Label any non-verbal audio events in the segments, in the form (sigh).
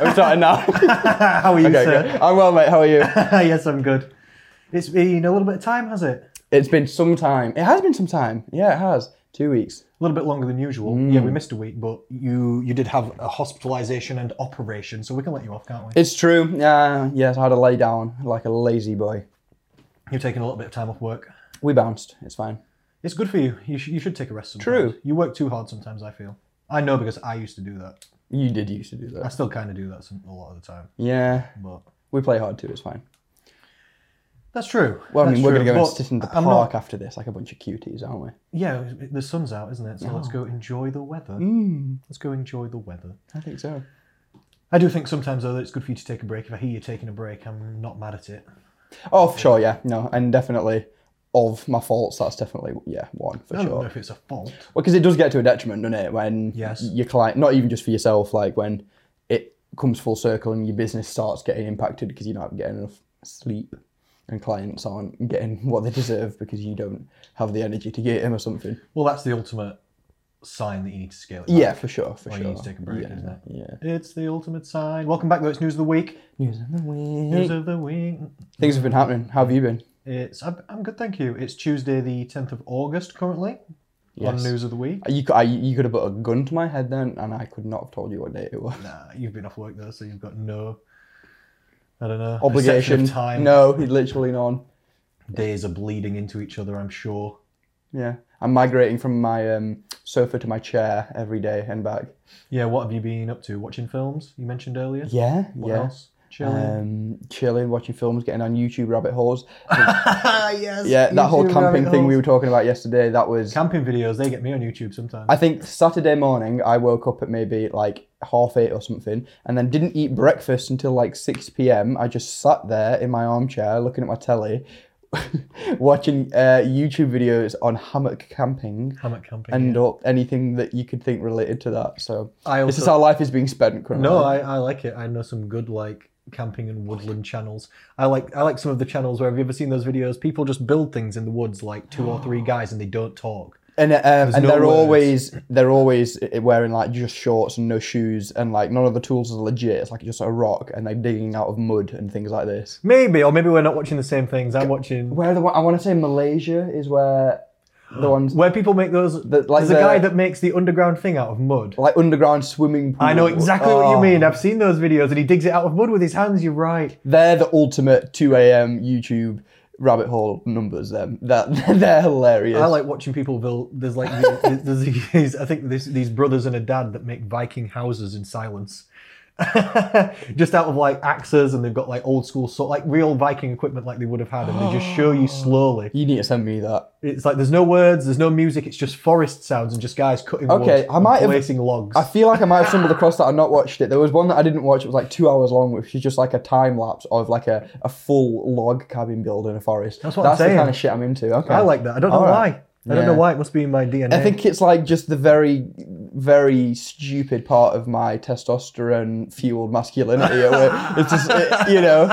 I'm starting now. (laughs) (laughs) How are you, okay, sir? good. I'm well, mate. How are you? (laughs) yes, I'm good. It's been a little bit of time, has it? A It's been some time. It has been some time. Yeah, it has. Two weeks. little bit longer than usual. Yeah, Mm. we missed a week, but you you did have a hospitalisation and operation, so we can let you off, can't we? It's true. Uh, yes, I had to lay down like a lazy boy. You've taken a little bit of time off work. We bounced. It's fine. It's good for you. You, sh- you should take a rest sometimes. True. You work too hard sometimes. I feel. I know because I used to do that. You did used to do I that. still kind of do that some, a lot of the time, Yeah, but we play hard too. It's fine. that's true. Well, I That's mean, we're true. gonna go and But sit in the I'm park not- after this, like a bunch of cuties, aren't we? yeah, the sun's out, isn't it? So let's go enjoy the weather. Oh. Mm, Let's go enjoy the weather. I think so. I do think sometimes though that it's good for you to take a break. If I hear you taking a break, I'm not mad at it. Oh, for sure. Yeah, no, and definitely of my faults. That's definitely yeah one for I sure. don't know if it's a fault. Well, because it does get to a detriment, doesn't it? When Yes. your client, not even just for yourself, like when it comes full circle and your business starts getting impacted because you're not getting enough sleep and clients aren't getting (laughs) what they deserve because you don't have the energy to get them or something. Well, that's the ultimate sign that you need to scale it. back. Yeah, for sure, for Or sure. you need to take a break, yeah, isn't it? yeah. It's the ultimate sign. Welcome back, though. It's news of the week. News of the News week. of the week. Things have been happening. How have you been? It's I'm, I'm good, thank you. It's Tuesday, the tenth of August, currently on Yes. news of the week. You, cou- I, you could have put a gun to my head then, and I could not have told you what day it was. Nah, you've been off work though, so you've got no. I don't know. Obligation. perception of time. No, (laughs) literally none. Days are bleeding into each other. I'm sure. Yeah, I'm migrating from my um, sofa to my chair every day and back. Yeah. What have you been up to? Watching films? You mentioned earlier. Yeah, What yeah. else? Chilling. Um, chilling, watching films, getting on YouTube rabbit holes. yes. Yeah, that whole YouTube rabbit camping thing we holes. were talking about yesterday. That was. Camping videos. They get me on YouTube sometimes. I think Saturday morning I woke up at maybe like half eight or something, and then didn't eat breakfast until like six p.m. I just sat there in my armchair looking at my telly, (laughs) watching uh, YouTube videos on hammock camping. Hammock camping. And up anything that you could think related to that. So I this is also how life is being spent currently. no, I, I like it. I know some good like camping and woodland channels. I like I like some of the channels where have you ever seen those videos? People just build things in the woods, like two (gasps) or three guys, and they don't talk. and uh, and no they're words. always they're always i- wearing like just shorts and no shoes and like none of the tools are legit. It's like just a rock and they're digging out of mud and things like this. Maybe, or maybe we're not watching the same things. I'm watching Where the one- I want to say Malaysia is where the ones where people make those. The- like there's a the- guy that makes the underground thing out of mud. like underground swimming pool. I know exactly what Oh, you mean. I've seen those videos, and he digs it out of mud with his hands. You're right. They're the ultimate two a.m. YouTube rabbit hole numbers. Them that (laughs) they're hilarious. I like watching people build. There's like these, there's these I think this, these brothers and a dad that make Viking houses in silence, (laughs) just out of like axes, and they've got like old school sort like real Viking equipment like they would have had, and they just (gasps) show you slowly. you need to send me that. It's like there's no words, there's no music. It's just forest sounds and just guys cutting Okay, wood I might and have- placing logs. I feel like I might have stumbled across that and not watched it. There was one that I didn't watch. It was like two hours long, which is just like a time lapse of like a, a full log cabin build in a forest. That's what I'm the saying. kind of shit I'm into. Okay. I like that. I don't know why. Alright. I don't know Yeah. why. It must be in my DNA. I think it's like just the very, very stupid part of my testosterone fueled masculinity. where it's just, it- you know,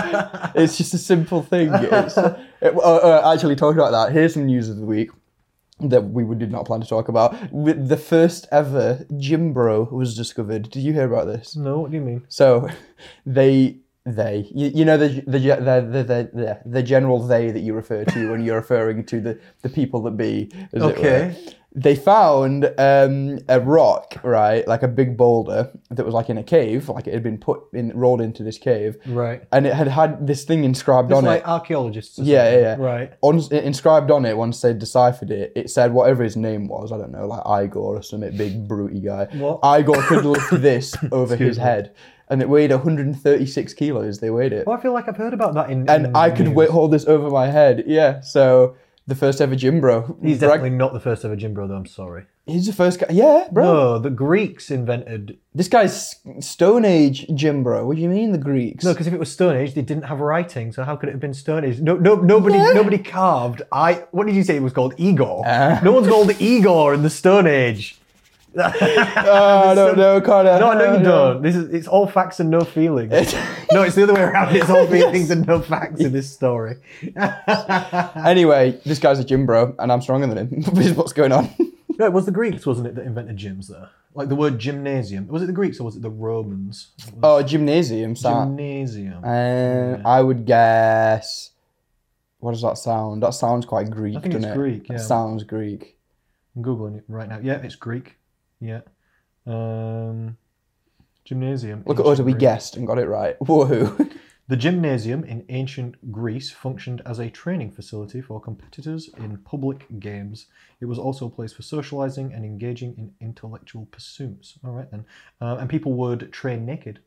it's just a simple thing. It's, it- uh, uh, actually, talking about that, here's some news of the week that we did not plan to talk about. With The first ever Jim Bro was discovered. Did you hear about this? no, what do you mean? So (laughs) they they you, you know the the, ge- the the the the the general they that you refer to (laughs) when you're referring to the the people that be. as it were. Okay. They found um, a rock, right, like a big boulder that was like in a cave, like it had been put in, rolled into this cave, Right. and it had had this thing inscribed It's on like it. archaeologists. or Yeah, yeah, yeah. something. Right. On, inscribed on it, once they deciphered it, it said whatever his name was. I don't know, like Igor or some big brutey guy. What? Igor could (laughs) lift this over his head, and it weighed 136 kilos. They weighed it, Well, I feel like I've heard about that in. and in I could news. wait, hold this over my head. Yeah, so the first ever gym bro. He's Brag- definitely not the first ever Jim bro, though. I'm sorry. he's the first guy. Yeah, bro. No, the Greeks invented. This guy's s- Stone Age gym bro. What do you mean the Greeks? No, because if it was Stone Age, they didn't have writing. So how could it have been Stone Age? No, no, nobody, nobody carved. I. What did you say? It was called Igor. Ah. no one's called Igor in the Stone Age. (laughs) Ah, I don't know, Connor. No, I know Ah, you don't. This is it's all facts and no feelings. no, it's the other way around. It's all feelings and no facts in this story. (laughs) (laughs) Anyway, this guy's a gym bro, and I'm stronger than him. is what's going on. No, it was the Greeks, wasn't it, that invented gyms there? Like the word gymnasium. Was it the Greeks or was it the Romans? It was Oh, gymnasium sound. gymnasium. um, I would guess. What does that sound? That sounds quite Greek, I think doesn't it's it? Greek, That yeah. sounds Greek. I'm googling it right now. Yeah, it's Greek. Yeah. Um, gymnasium. Look at ancient us, we Greek. guessed and got it right. (laughs) Woohoo. The gymnasium in ancient Greece functioned as a training facility for competitors in public games. It was also a place for socializing and engaging in intellectual pursuits. All right then, uh, and people would train naked.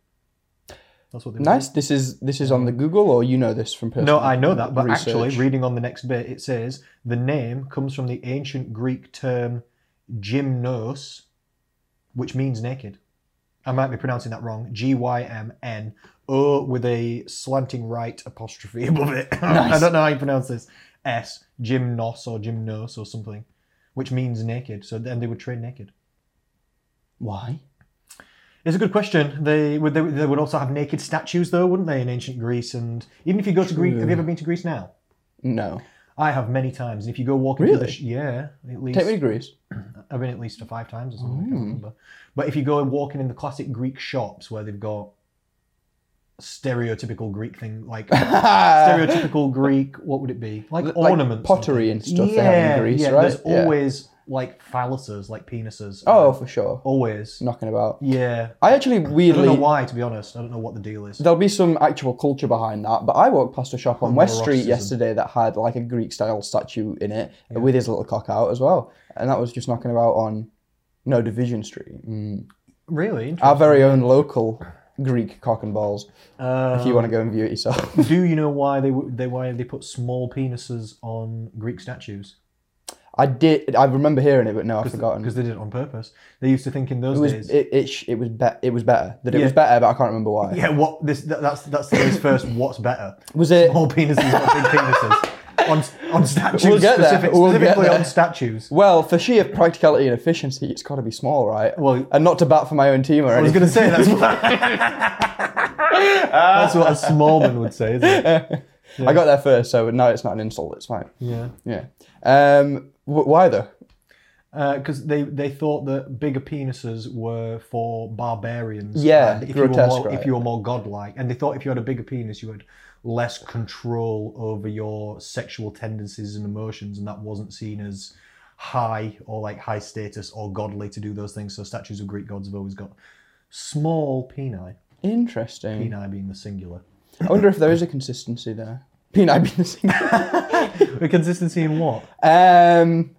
That's what they would nice. This is this is on the Google, or you know this from do. personal No, I know that, but actually, research? reading on the next bit, it says the name comes from the ancient Greek term gymnos, which means naked. I might be pronouncing that wrong. G Y M N O with a slanting right apostrophe (laughs) above it. I Nice. don't know how you pronounce this. S gymnos or gymnos or something, which means naked. So then they would train naked. Why? It's a good question. They would they, would- they would also have naked statues though, wouldn't they, in ancient Greece? And even if you go to Greece, have you ever been to Greece now? No. I have many times. And if you go walking through the Really? sh- yeah, at least Take me to Hmm. Greece. (laughs) I've been at least to five times or something. I can't remember. But if you go walking in the classic Greek shops where they've got stereotypical Greek (laughs) thing, like stereotypical Greek, what would it be? Like Like ornaments, and pottery things. and stuff they have in Greece, yeah, right? There's Yeah. always like phalluses, like penises. oh, Uh, for sure. always. Knocking about. Yeah. I actually I don't know weirdly why, to be honest. I don't know what the deal is. there'll be some actual culture behind that, but I walked past a shop on West Street Homoeroticism. yesterday that had like a Greek style statue in it with his little cock out as well, and that was just knocking about on no Division Street. Mm. Really? Interesting. Our very own local Greek cock and balls. if you want to go and view it yourself. (laughs) Uh, Do you know why they w- they why they put small penises on Greek statues? I did. I remember hearing it, but no, I've forgotten. Because they did it on purpose. They used to think in those It was days. it, it, sh- it was be- it was better that it Yeah. was better, but I can't remember why. yeah, what this that, that's that's his first. What's better? Was it? Small penises or big penises on on statues We'll get there. specific, We'll get specifically there. on statues. Well, for sheer practicality and efficiency, it's got to be small, right? Well- and not to bat for my own team or I anything. was going to say that's what (laughs) that's what a small man would (laughs) say, isn't it? I got there first, so no, it's not an insult. It's fine. Yeah. Yeah. Um, wh- why though? because Uh, they, they thought that bigger penises were for barbarians. Yeah, and if grotesque, You were more, If right. you were more godlike, and they thought if you had a bigger penis, you had less control over your sexual tendencies and emotions, and that wasn't seen as high or like high status or godly to do those things. So statues of Greek gods have always got small peni, Interesting. peni being the singular. (laughs) I wonder if there is a consistency there. Peni being the (laughs) single. The consistency in what? um,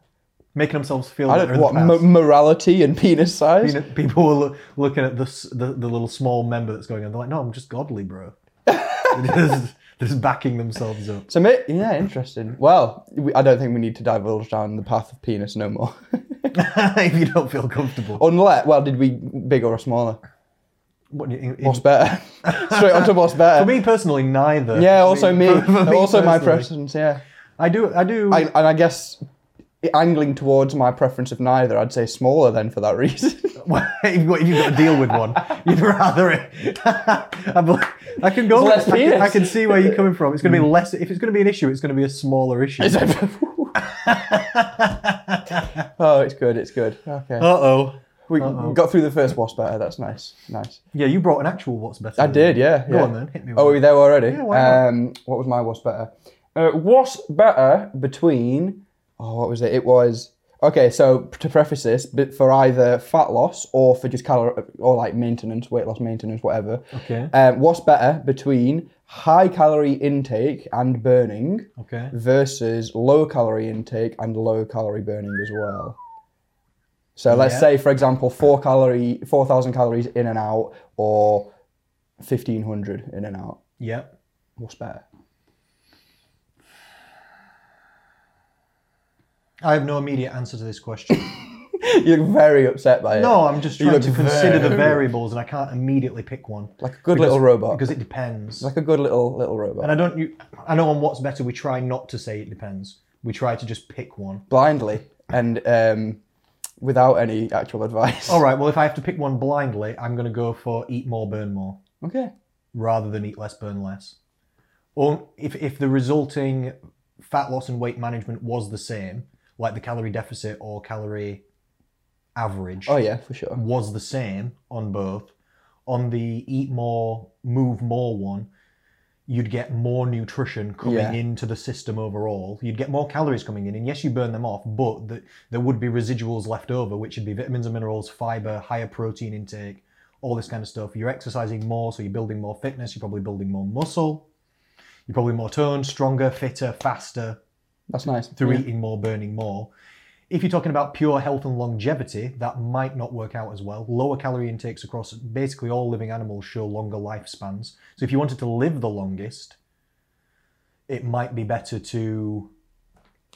Making themselves feel. I don't better in what the past. mo- morality and penis size. You know, people were loo- looking at this the, the little small member that's going on. They're like, "No, I'm just (laughs) godly, bro." they're, just, they're just backing themselves up. (laughs) So, ma- yeah, interesting. Well, we, I don't think we need to divulge down the path of penis no more. (laughs) if you don't feel comfortable, Unless, well, did we bigger or smaller? What do you- in- in- What's better? (laughs) Straight onto what's better. for me personally, neither. yeah, For also me. (laughs) for- for me also my personally. preference, yeah. I do. I do. I, and I guess angling towards my preference of neither, I'd say smaller then for that reason. (laughs) (laughs) if you've got if you've got to deal with one, (laughs) you'd rather it. (laughs) I'm like- I can go. It's less with it. I can, I penis. can see where you're coming from. It's going to be less. If it's going to be an issue, it's going to be a smaller issue. (laughs) (laughs) Uh oh, it's good, it's good. Okay. oh. we got through the first what's better. That's nice. Nice. Yeah, you brought an actual what's better. I did, yeah. Go yeah. on then, hit me with Oh, are we there already? why not? um, what was my what's better? Uh, what's better between? Oh, what was it? It was okay. So to preface this, but for either fat loss or for just calorie or like maintenance, weight loss maintenance, whatever. Okay. Um, what's better between high calorie intake and burning Okay. versus low calorie intake and low calorie burning as well. So let's Yeah. say, for example, four calorie, four thousand calories in and out, or fifteen hundred in and out. Yeah. What's better? (laughs) I have no immediate answer to this question. You're very upset by it. No, I'm just You trying look to consider the very- variables, and I can't immediately pick one. like a good little robot. because it depends. like a good little little robot. and I don't. You, I know on what's better. We try not to say it depends. We try to just pick one. Blindly and um, without any actual advice. All right. Well, if I have to pick one blindly, I'm going to go for eat more, burn more, (laughs) Okay. rather than eat less, burn less. Or if if the resulting fat loss and weight management was the same, like the calorie deficit or calorie average Oh yeah, for sure. was the same on both. On the eat more, move more one, you'd get more nutrition coming Yeah. into the system overall. You'd get more calories coming in, and yes, you burn them off, but th there would be residuals left over, which would be vitamins and minerals, fiber, higher protein intake, all this kind of stuff. You're exercising more, so you're building more fitness. You're probably building more muscle. You're probably more toned, stronger, fitter, faster That's nice. through Yeah. eating more, burning more. If you're talking about pure health and longevity, that might not work out as well. Lower calorie intakes across basically all living animals show longer lifespans. So if you wanted to live the longest, it might be better to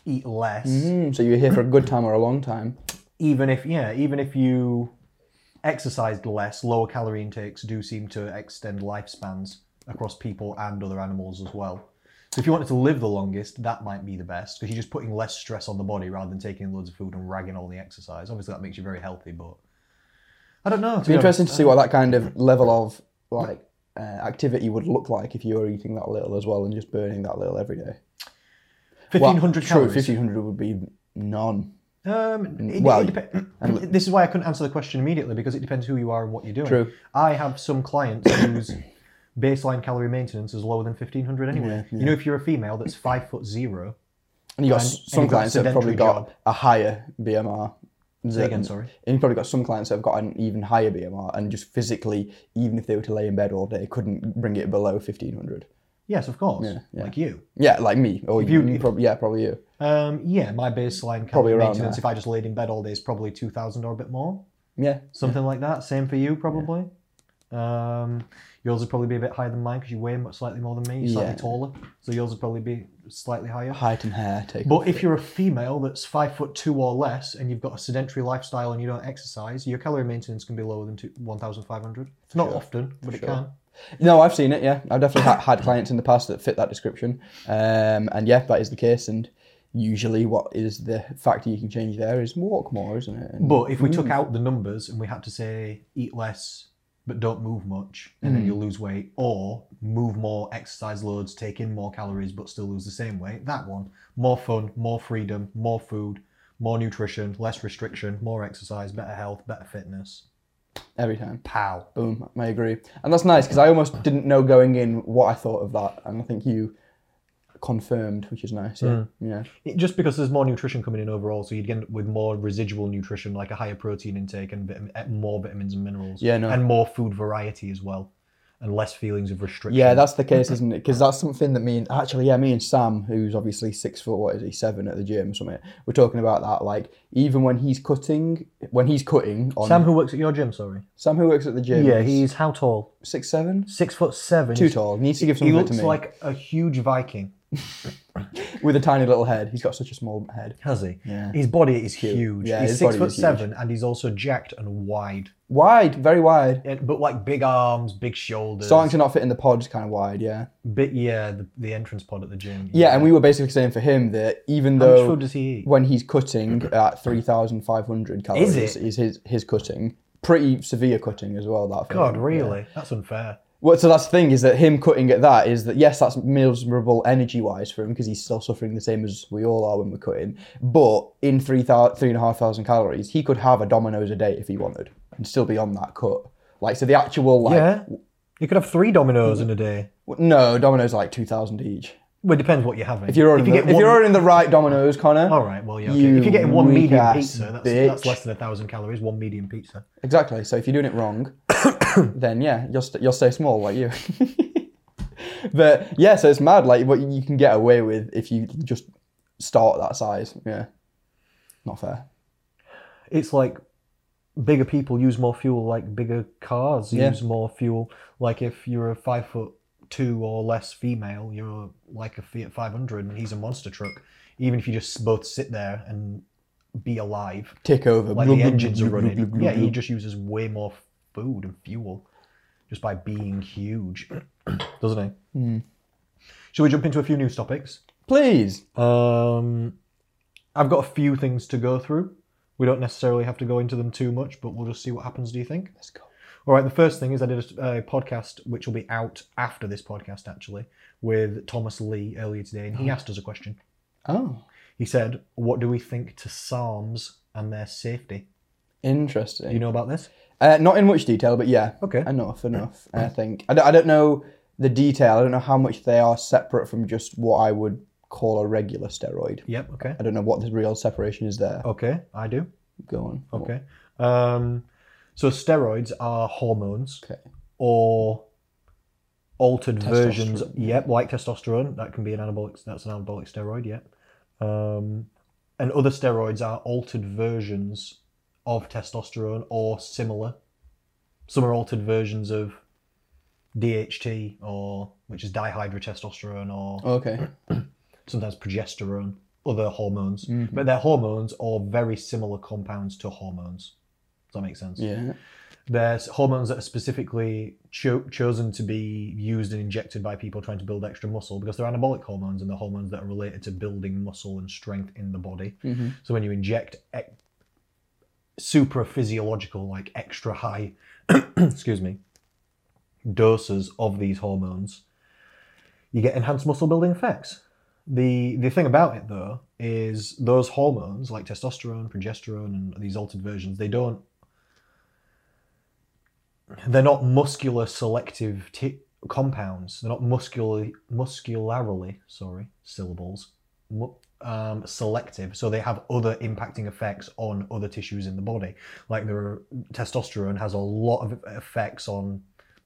eat less, Mm, so you're here for a good time or a long time. even if yeah, even if you exercised less, lower calorie intakes do seem to extend lifespans across people and other animals as well. So if you wanted to live the longest, that might be the best because you're just putting less stress on the body rather than taking loads of food and ragging all the exercise. Obviously, that makes you very healthy, but I don't know. to It'd be be honest. interesting to see what that kind of level of like uh, activity would look like if you were eating that little as well and just burning that little every day. Well, 1500 true, calories. 1500 would be none. Um, it, well, it depe- (clears throat) this is why I couldn't answer the question immediately because it depends who you are and what you're doing. True. I have some clients whose (coughs) baseline calorie maintenance is lower than 1500 anyway. You know, if you're a female that's five foot zero, And you got And- s- and some you've got a clients that have probably sedentary got a higher BMR. say again, sorry. And you've probably got some clients that have got an even higher BMR and just physically, even if they were to lay in bed all day, couldn't bring it below 1500. Yes, of course. Like you. Yeah, like me. Or you, you- you prob- yeah, probably you. Um, yeah, my baseline Probably calorie around maintenance, there. if I just laid in bed all day, is probably 2000 or a bit more. Yeah. Something like that. Same for you, probably. Um, yours would probably be a bit higher than mine because you weigh much slightly more than me. You're slightly Yeah. taller. So yours would probably be slightly higher. Height and hair take. But if you're a female that's five foot two or less and you've got a sedentary lifestyle and you don't exercise, your calorie maintenance can be lower than two- 1,500. It's not often, but it sure. can. No, I've seen it. Yeah, I've definitely ha- had clients in the past that fit that description, um, and yeah, that is the case. And usually, what is the factor you can change there is walk more, isn't it? And mm, But if we took out the numbers and we had to say eat less but don't move much and Hmm. then you'll lose weight, or move more, exercise loads, take in more calories but still lose the same weight, that one, more fun, more freedom, more food, more nutrition, less restriction, more exercise, better health, better fitness. every time, Pow. boom, I agree, and that's nice because I almost didn't know going in what I thought of that, and I think you confirmed, which is nice. Yeah, Mm. yeah. It- just because there's more nutrition coming in overall, so you'd end up with more residual nutrition, like a higher protein intake and vitamin, eh, more vitamins and minerals. Yeah, no. And more food variety as well, and less feelings of restriction. Yeah, that's the case, isn't it? Because that's something that me and actually, yeah, me and Sam, who's obviously six foot, what is he, seven at the gym or something, we're talking about that. Like, even when he's cutting, when he's cutting on Sam, who works at your gym, sorry. Sam, who works at the gym, Yeah, is he's how tall? six seven, Six foot seven. too tall. Needs to give some He of it to looks me. like a huge Viking. With a tiny little head, he's got such a small head. Has he? Yeah. His body is huge. Yeah, he's his six body foot is huge. seven, and he's also jacked and wide, Wide, very wide. Yeah, but like big arms, big shoulders. Starting to not fit in the pods, kind of wide. Yeah. Bit yeah, the, the entrance pod at the gym. Yeah, and we were basically saying for him that even How much though food does he eat? when he's cutting at three thousand five hundred calories it? is his his cutting. Pretty severe cutting as well. That for God, him. really? That's unfair. Well, so that's the thing is that him cutting at that is that yes, that's miserable energy wise for him because he's still suffering the same as we all are when we're cutting. But in three thou- three and a half thousand calories, he could have a Domino's a day if he wanted and still be on that cut. Like so, the actual like Yeah. You could have three dominoes in a day. w- no Domino's are like two thousand each. Well, it depends what you're having. If you're ordering, you the, get if one, you're ordering the right Domino's, Connor, all right, well, yeah. Okay. You if you're getting one medium weak-ass pizza, that's, bitch. that's less than a thousand calories. One medium pizza. exactly. So if you're doing it wrong, (coughs) then yeah, you'll st- you'll stay small like you. (laughs) but yeah, so it's mad like what you can get away with if you just start at that size. Yeah, not fair. It's like bigger people use more fuel, like bigger cars Yeah. use more fuel. Like if you're a five foot two or less female, you're like a Fiat 500, and he's a monster truck. Even if you just both sit there and be alive, tick over. like the engines are running. Yeah, he you just uses way more food and fuel just by being huge, (clears throat) doesn't he? Hmm. Shall we jump into a few news topics? Please. Um, I've got a few things to go through. We don't necessarily have to go into them too much, but we'll just see what happens. Do you think? Let's go. All right. The first thing is I did a s- a, podcast which will be out after this podcast actually with Thomas Lee earlier today, and he asked us a question. Oh. He said, "What do we think to Psalms and their safety?" Interesting. Do you know about this? Uh, not in much detail, but yeah. Okay. Enough, enough. I think. I don't, I don't know the detail. I don't know how much they are separate from just what I would call a regular steroid. Yep. Okay. I don't know what the real separation is there. Okay. I do. Go on. Okay. Um, so steroids are hormones Okay. or altered versions. Testosterone. Yep, like testosterone. That can be an anabolic. That's an anabolic steroid. Yep. Um, and other steroids are altered versions of testosterone or similar. Some are altered versions of DHT or which is dihydrotestosterone or Okay. sometimes progesterone, other hormones. But they're hormones or very similar compounds to hormones. Does that make sense? Yeah. There's hormones that are specifically cho- chosen to be used and injected by people trying to build extra muscle because they're anabolic hormones and they're hormones that are related to building muscle and strength in the body. Mhm. So when you inject e- supra physiological, like extra high, (clears throat) excuse me, doses of these hormones, you get enhanced muscle building effects. The the thing about it though is those hormones like testosterone, progesterone, and these altered versions, they don't they're not muscular selective t- compounds. They're not muscularly muscularily sorry syllables mu- um, selective. So they have other impacting effects on other tissues in the body. Like the testosterone has a lot of effects on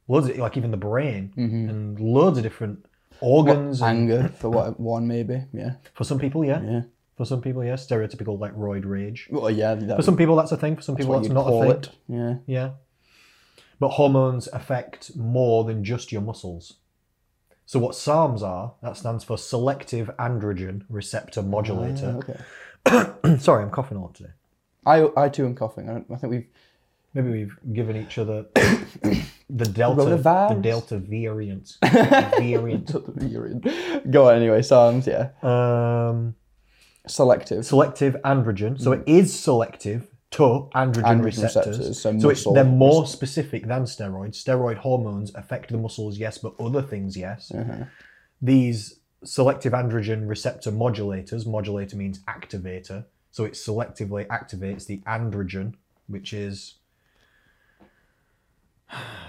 loads of like even the brain Mhm. and loads of different organs. and- Anger for what one maybe. Yeah. for some people, yeah. Yeah. For some people, yeah. Stereotypical like roid rage. Well, yeah. That, For some people, that's a thing. For some people, what that's you'd not a call thing. it. Yeah. Yeah. But hormones affect more than just your muscles. So what SARMs are, that stands for selective androgen receptor Ah, modulator. okay. (coughs) Sorry, I'm coughing a lot today. I I too am coughing. I, don't, I think we've Maybe we've given each (coughs) other the delta the Coronavirus. delta variant. (laughs) variant. go on anyway. Psalms. Yeah. (laughs) Um, Selective. selective androgen. So it is selective to androgen, Androgen receptors. receptors, so So, it's, muscle they're more specific than steroids. Steroid hormones affect the muscles, yes, but other things, yes. Uh-huh. These selective androgen receptor modulators, modulator means activator. So it selectively activates the androgen, which is.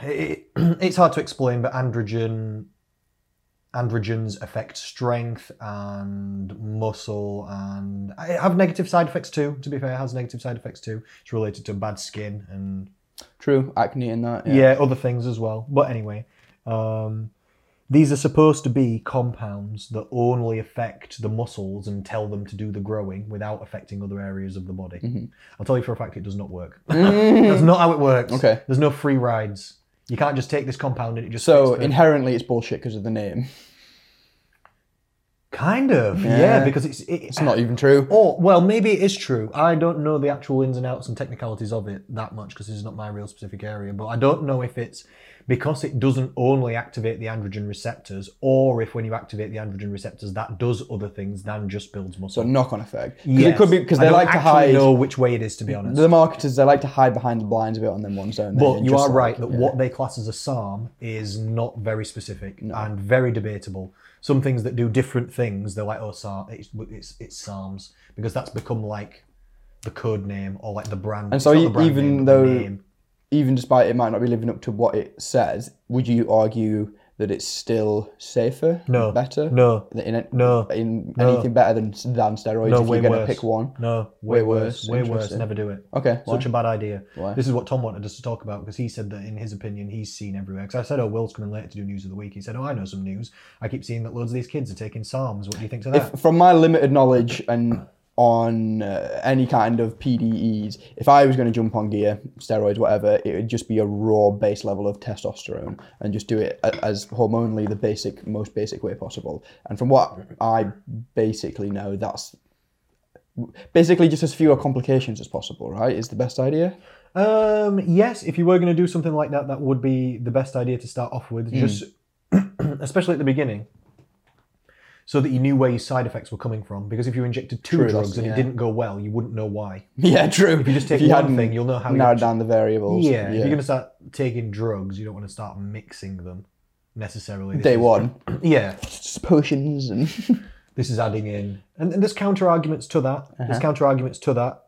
It, (clears throat) it's hard to explain, but androgen androgens affect strength and muscle and it have negative side effects too to be fair it has negative side effects too it's related to bad skin and True. Acne and that. Yeah. yeah, other things as well but anyway um, these are supposed to be compounds that only affect the muscles and tell them to do the growing without affecting other areas of the body Mm-hmm. i'll tell you for a fact it does not work (laughs) that's not how it works Mm. Okay. there's no free rides you can't just take this compound and it just So fixes the- inherently, it's bullshit because of the name. kind of yeah, Yeah. because it's it, It's not even true. Or well, maybe it is true. I don't know the actual ins and outs and technicalities of it that much because this is not my real specific area. But I don't know if it's because it doesn't only activate the androgen receptors, or if when you activate the androgen receptors, that does other things than just builds So muscle. knock-on effect. 'Cause Yes. it could be because I they don't like to actually hide. Know which way it is to be honest. The marketers they like to hide behind the blinds a bit on them ones, don't they? But And you just are like- right that what they class as a psalm is not very specific and very debatable. Some things that do different things, they're like, oh, psalm, it's, it's, it's psalms because that's become like the code name or like the brand. And it's so not e- the brand even name, but the though- name. even despite it might not be living up to what it says, would you argue that it's still safer? No. Better? no, In, it- No. In No. anything better than, than steroids No, if way you're going to worse. pick one? no, Way way, worse, worse, way worse. interesting. Never do it. Okay. why? Such a bad idea. Why? This is what Tom wanted us to talk about because he said that in his opinion he's seen everywhere. Because I said, "Oh, Will's coming later to do news of the week." He said, "Oh, I know some news. I keep seeing that loads of these kids are taking psalms. What do you think of that?" From my limited knowledge and on uh, any kind of PDEs, if I was going to jump on gear, steroids, whatever, it would just be a raw base level of testosterone and just do it a- as hormonally the basic, most basic way possible. And from what I basically know, that's basically just as fewer complications as possible, right? Is the best idea. (laughs) Um, yes, if you were going to do something like that, that would be the best idea to start off Mm. with, just (clears throat) especially at the beginning, so that you knew where your side effects were coming from. Because if you injected two True, drugs that's- and it yeah. didn't go well, you wouldn't know why. Yeah, true. If you just take you one hadn't thing, you'll know how you narrowed actu- down the variables. Yeah, if you're going to start taking drugs, you don't want to start mixing them necessarily. This Day is- one, (clears throat) Yeah, Just potions and this is adding in, and, and there's counter arguments to that. There's counter arguments to that,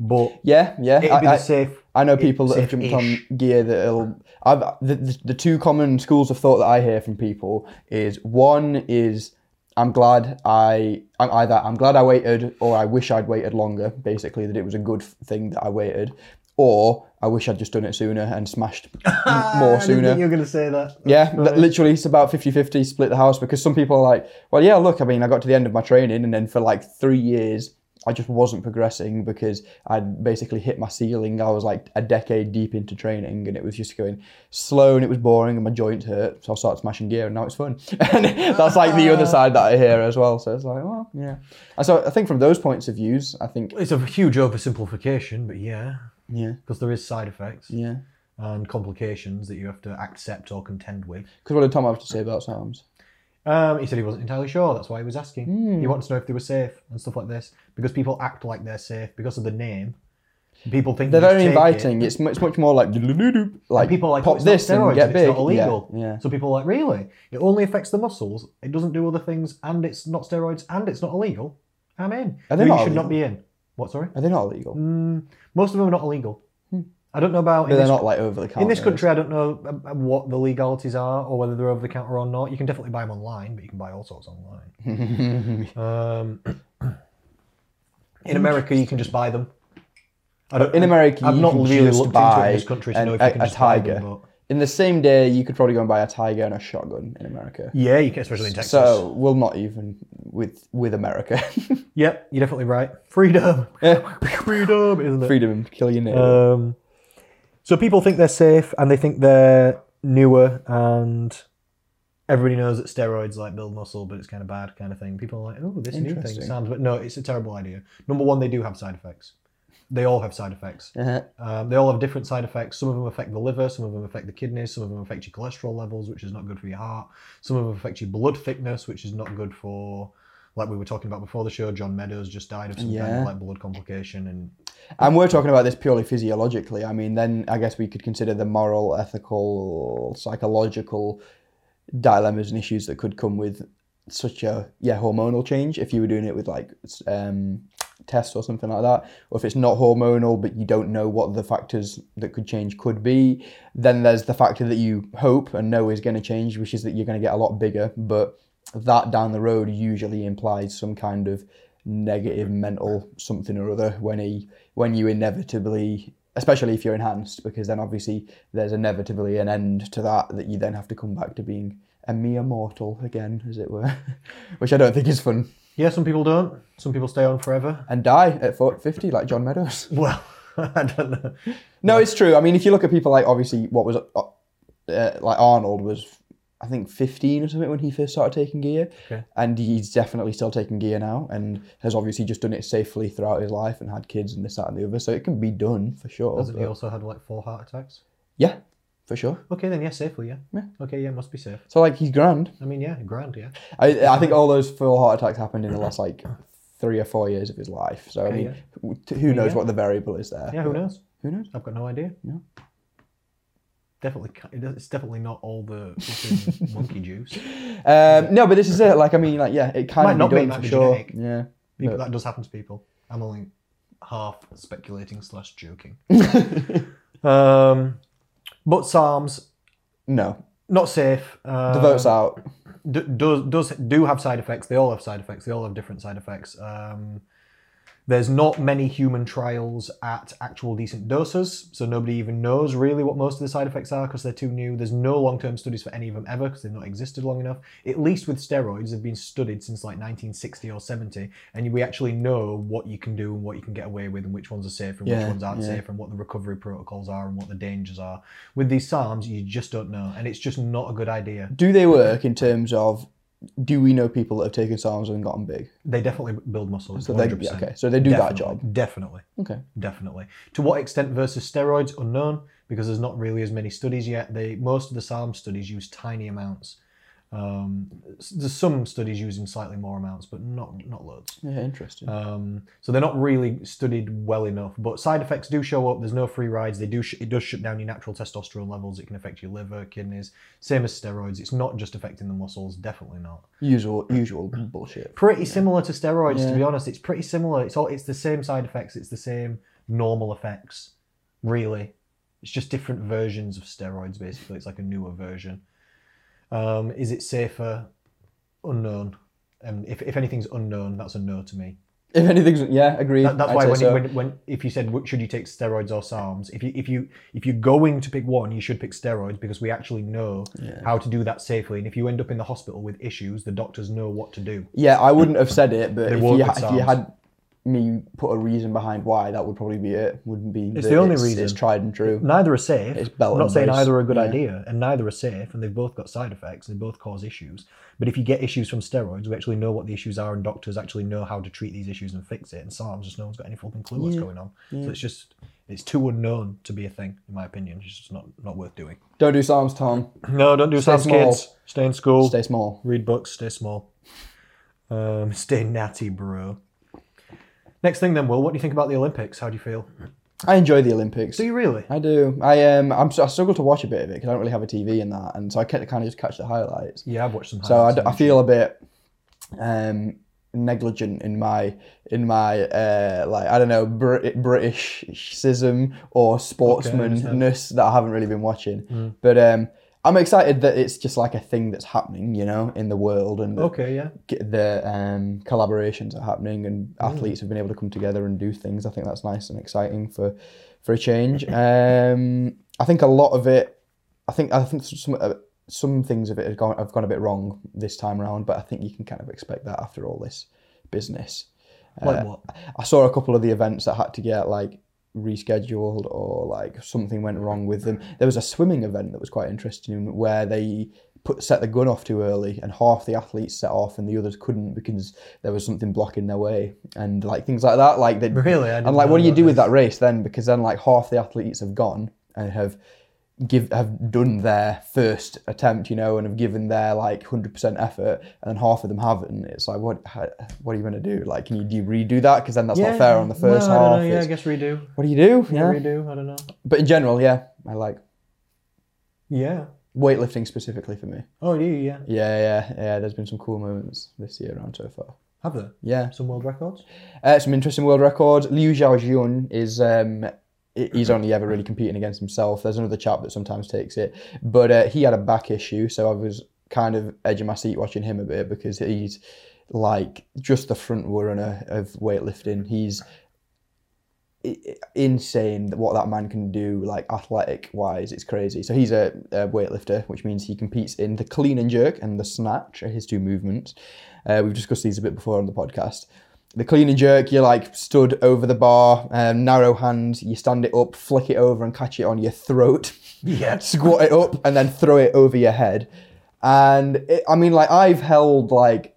But (laughs) Yeah, yeah. it'd be Uh-huh. I, the I, safe. I know people that have safe-ish. jumped on gear that'll. I've the, the, the two common schools of thought that I hear from people is one is I'm glad I I'm either I'm glad I waited or I wish I'd waited longer. Basically, that it was a good f- thing that I waited, or I wish I'd just done it sooner and smashed m- (laughs) I more didn't think sooner. you were going to say that. Yeah, li- literally, it's about 50 50 split the house because some people are like, well, yeah, look, I mean, I got to the end of my training, and then for like three years, I just wasn't progressing because I'd basically hit my ceiling. I was like a decade deep into training, and it was just going slow and it was boring, and my joint hurt. So I started smashing gear, and now it's fun. (laughs) and that's like the other side that I hear as well. So it's like, well, yeah. And so I think from those points of views, I think, It's a huge oversimplification, but yeah, yeah, because there is side effects yeah. and complications that you have to accept or contend with. Because what did Tom have to say about Sam's? Um, he said he wasn't entirely sure. That's why he was asking. Hmm. He wanted to know if they were safe and stuff like this because people act like they're safe because of the name. People think They're they very just take it. inviting. It's much, it's much more like doo-doo-doo-doo, like And people are like pop "Oh, it's not this and steroids, get it's big. Not illegal. Yeah, yeah. So people are like, really? It only affects the muscles. It doesn't do other things, and it's not steroids, and it's not illegal. I'm in. Are they Who you not should illegal? not be in. What? Sorry. Are they not illegal? Mm, most of them are not illegal. I don't know Hmm. about But in they're this, not like over the counter. in this country. I don't know um, um, what the legalities are or whether they're over the counter or not. You can definitely buy them online, but you can buy all sorts online. Um, in America, you can just buy them. I don't, In America, I've you not can really just looked into buy it in this country to an- know if a- you can a just buy them, tiger. but- (laughs) In the same day, you could probably go and buy a tiger and a shotgun in America. Yeah, you can, especially in Texas. So we'll not even with with America. (laughs) yep, you're definitely right. Freedom, (laughs) freedom, isn't it? Freedom and kill your neighbor. Um, so people think they're safe and they think they're newer and everybody knows that steroids like build muscle, but it's kind of bad kind of thing. People are like, oh, this new thing Interesting. sounds, but no, it's a terrible idea. Number one, they do have side effects. They all have side effects. Uh-huh. Um, they all have different side effects. Some of them affect the liver, some of them affect the kidneys, some of them affect your cholesterol levels, which is not good for your heart. Some of them affect your blood thickness, which is not good for, like we were talking about before the show. John Meadows just died of some kind Yeah. of like blood complication, and And we're talking about this purely physiologically. I mean, then I guess we could consider the moral, ethical, psychological dilemmas and issues that could come with such a yeah hormonal change. If you were doing it with like s- um, tests or something like that, or if it's not hormonal but you don't know what the factors that could change could be, then there's the factor that you hope and know is going to change, which is that you're going to get a lot bigger. But that down the road usually implies some kind of negative mental something or other when he when you inevitably especially if you're enhanced because then obviously there's inevitably an end to that that you then have to come back to being a mere mortal again as it were (laughs) which i don't think is fun yeah, some people don't. Some people stay on forever. and die at 40 50 like john meadows (laughs) Well, (laughs) I don't know. No, it's true. I mean, if you look at people like obviously what was uh, uh, like Arnold was, I think fifteen or something when he first started taking gear, Okay. and he's definitely still taking gear now, and has obviously just done it safely throughout his life and had kids and this that and the other. So it can be done for sure. Hasn't he but- also had like four heart attacks? yeah, for sure. Okay, then yeah, safely, yeah. Yeah. Okay, yeah, must be safe. So like he's grand. I mean, yeah, grand, yeah. I, I think all those four heart attacks happened in the last like three or four years of his life. So I Okay, mean, yeah. w who knows yeah. what the variable is there? Yeah, who but- knows? Who knows? I've got no idea. Yeah. Definitely, ca- it does- it's definitely not all the (laughs) fucking monkey juice. Um, no, but this is it. Like I mean, like yeah, it can Might be not be, done might for be sure. genetic. Yeah. People, No. that does happen to people. I'm only half speculating slash joking. um, but Psalms (laughs) No, not safe. Uh, the vote's out. d- does does do have side effects. They all have side effects. They all have different side effects. Um, there's not many human trials at actual decent doses, so nobody even knows really what most of the side effects are because they're too new. There's no long-term studies for any of them ever because they've not existed long enough. At least with steroids, they've been studied since like 1960 or 70, and we actually know what you can do and what you can get away with, and which ones are safe and Yeah, which ones aren't yeah. safe, and what the recovery protocols are and what the dangers are. With these SARMs, you just don't know, and it's just not a good idea. Do they work in terms of do we know people that have taken psalms and gotten big? They definitely build muscle. So they 100%. yeah, okay, so they do that job. Definitely, Okay. definitely. To what extent versus steroids? Unknown, because there's not really as many studies yet. They most of the SARM studies use tiny amounts. Um, s- there's some studies using slightly more amounts, but not not loads. Yeah, interesting. Um, so they're not really studied well enough. But side effects do show up. There's no free rides. They do. Sh- it does shut down your natural testosterone levels. It can affect your liver, kidneys. Same as steroids. It's not just affecting the muscles. Definitely not usual usual bullshit. pretty similar to steroids Yeah. to be honest it's pretty similar it's all it's the same side effects it's the same normal effects, really. It's just different versions of steroids, basically. It's like a newer version. Um, is it safer? Unknown. Um, if, if anything's unknown, that's a no to me. If anything's yeah, agreed. That, that's I'd why say when, so. you, when, when if you said "What- should you take steroids or SARMs, if you if you if you're going to pick one, you should pick steroids because we actually know Yeah. how to do that safely. And if you end up in the hospital with issues, the doctors know what to do. yeah, I wouldn't have said it, but They if work you, with if you SARMs. had me put a reason behind why, that would probably be it. Wouldn't be. It's that the only It's reason. tried and true. Neither are safe. It's belt I'm not and saying brace, either are a good yeah. idea, and neither are safe, and they've both got side effects and they both cause issues. But if you get issues from steroids, we actually know what the issues are, and doctors actually know how to treat these issues and fix it. And SARMs, just no one's got any fucking clue what's Yeah. going on. Yeah. So it's just it's too unknown to be a thing, in my opinion. It's just not not worth doing. (clears throat) Don't do Psalms, Tom. No, don't do Stay SARMs, small. kids. Stay in school. Stay small. Read books, stay small. Um, (laughs) stay natty, bro. Next thing then, Will, what do you think about the Olympics? How do you feel? I enjoy the Olympics. Do you really? I do. I um, I'm so- I struggle to watch a bit of it because I don't really have a TV and that, and so I kind of just catch the highlights. Yeah, I've watched some. So I, highlights d- on I YouTube. feel a bit um, negligent in my in my uh, like I don't know Brit- Britishism or sportsmanness that I haven't really been watching. But um, I'm excited that it's just like a thing that's happening, you know, in the world and that Okay, yeah. g- the um, collaborations are happening and athletes have been able to come together and do things. I think that's nice and exciting for for a change. Um, I think a lot of it. I think I think some uh, some things of it have gone have gone a bit wrong this time around, but I think you can kind of expect that after all this business. Uh, Like what? I saw a couple of the events that had to get like rescheduled or like something went wrong with them. There was a swimming event that was quite interesting where they put set the gun off too early and half the athletes set off and the others couldn't because there was something blocking their way and like things like that. Like they Really? I and didn't like what know do you about do with this. that race then? Because then like half the athletes have gone and have give have done their first attempt, you know, and have given their like hundred percent effort, and then half of them haven't. It's like, what how, what are you going to do? Like, can you, do you redo that? Because then that's not fair on the first no, I half. don't know, yeah, I It's- guess redo. What do you do? Yeah, Yeah. redo. I don't know. But in general, yeah, I like Yeah. weightlifting specifically for me. Oh, do you? Yeah. Yeah, yeah, yeah. There's been some cool moments this year around so far. Have there Yeah, some world records? uh, some interesting world records. Liu Xiaojun is um, he- he's only ever really competing against himself. There's another chap that sometimes takes it, but uh, he had a back issue, so I was kind of edge of my seat watching him a bit because he's like just the front runner of weightlifting. He's i- i- insane what that man can do like athletic wise it's crazy so he's a, a weightlifter which means he competes in the clean and jerk and the snatch are his two movements uh, we've discussed these a bit before on the podcast the clean and jerk you're like stood over the bar um, narrow hand you stand it up flick it over and catch it on your throat (laughs) Yes. squat it up and then throw it over your head. And it, I mean, like I've held like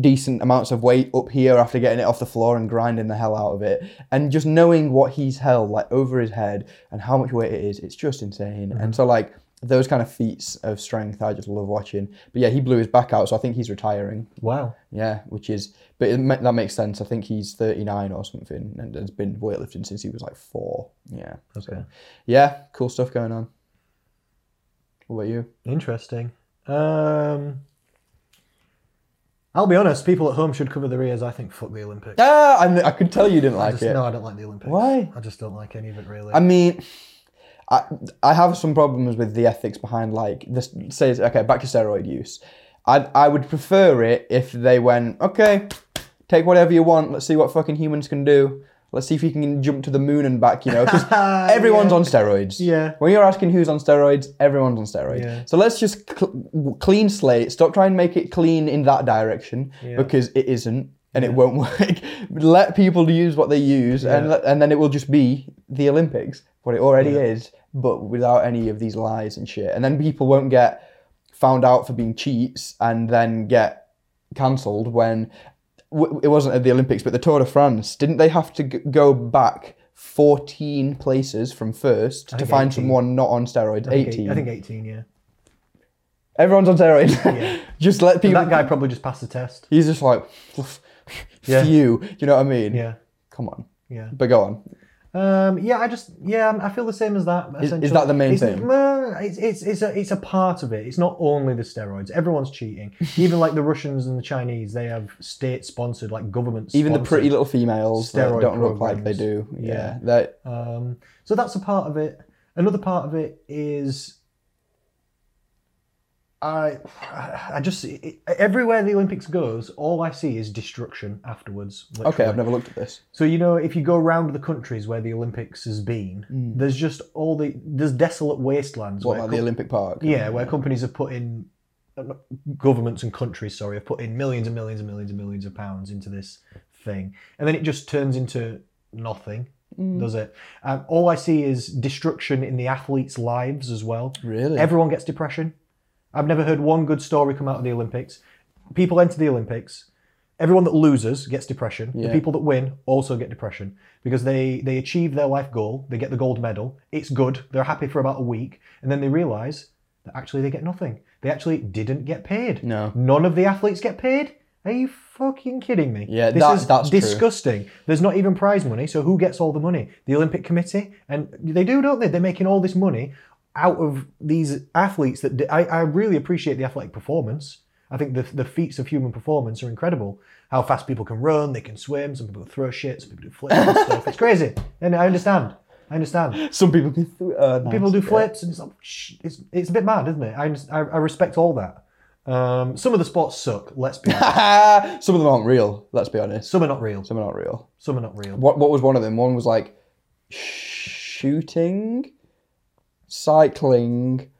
decent amounts of weight up here after getting it off the floor and grinding the hell out of it, and just knowing what he's held like over his head and how much weight it is, it's just insane. And so like those kind of feats of strength, I just love watching. But yeah, he blew his back out, so I think he's retiring. Wow. Yeah, which is, but it, ma- that makes sense. I think he's 39 or something and has been weightlifting since he was like four. Yeah. So, Okay. yeah, cool stuff going on. What about you? Interesting. Um, I'll be honest. People at home should cover their ears. I think fuck the Olympics. Ah, I, kn- I could tell you didn't I like just, it. No, I don't like the Olympics. Why? I just don't like any of it really. I mean, I I have some problems with the ethics behind like this. Says okay, back to steroid use. I I would prefer it if they went okay, take whatever you want. Let's see what fucking humans can do. Let's see if you can jump to the moon and back. You know, (laughs) 'cause everyone's Yeah. on steroids. Yeah. When you're asking who's on steroids, everyone's on steroids. Yeah. So let's just cl- w- clean slate. Stop trying to make it clean in that direction Yeah. because it isn't and it won't (laughs) work. Let people use what they use and Yeah. le- and then it will just be the Olympics, what it already is, but without any of these lies and shit. And then people won't get found out for being cheats and then get cancelled when w- it wasn't at the Olympics, but the Tour de France. Didn't they have to g- go back 14 places from first to think find 18. someone not on steroids? I think eight- 18. I think eighteen. Yeah. Everyone's on steroids. (laughs) just let people. That guy probably just passed the test. He's just like, phew. Yeah. You know what I mean? Yeah. Come on. Yeah. But go on. Um, yeah, I just yeah, I feel the same as that. Is- is essentially. that the main it's, thing? well, It's, it's it's a it's a part of it. It's not only the steroids. Everyone's (laughs) cheating. Even like the Russians and the Chinese, they have state sponsored, like government. Even the pretty little females that steroid don't look like they programs. do. Yeah. Yeah, that Um, so that's a part of it. Another part of it is (sighs) I I just it, everywhere the Olympics goes, all I see is destruction afterwards. okay. literally. I've never looked at this. So you know, if you go around the countries where the Olympics has been, there's just all the there's desolate wastelands. Hmm. What where like the com- Olympic Park? yeah, where companies have put in governments and countries, sorry, have put in millions and millions and millions and millions of pounds into this thing, and then it just turns into nothing, Mm. does it? Um, all I see is destruction in the athletes' lives as well. Really? Everyone gets depression. I've never heard one good story come out of the Olympics. People enter the Olympics. Everyone that loses gets depression. The Yeah. people that win also get depression because they they achieve their life goal. They get the gold medal. It's good. They're happy for about a week, and then they realize that actually they get nothing. They actually didn't get paid. (laughs) No. None of the athletes get paid. Are you fucking kidding me? Yeah, this that- is that's true. disgusting. There's not even prize money, so who gets all the money? The Olympic Committee, and they do, don't they? They're making all this money out of these athletes. That I, I really appreciate the athletic performance. I think the the feats of human performance are incredible. How fast people can run, they can swim. Some people throw shit, some people do flips and stuff. It's crazy, and I understand. I understand. Some people can. Th- uh, nice. People do Yeah. flips, and it's like, shh, it's, it's a bit mad, isn't it? I, just- I, I respect all that. Um, some of the sports suck. Let's (laughs) be honest. (laughs) Some of them aren't real. Let's be honest. some are not real. Some are not real. Some are not real. What What was one of them? One was like shooting, cycling,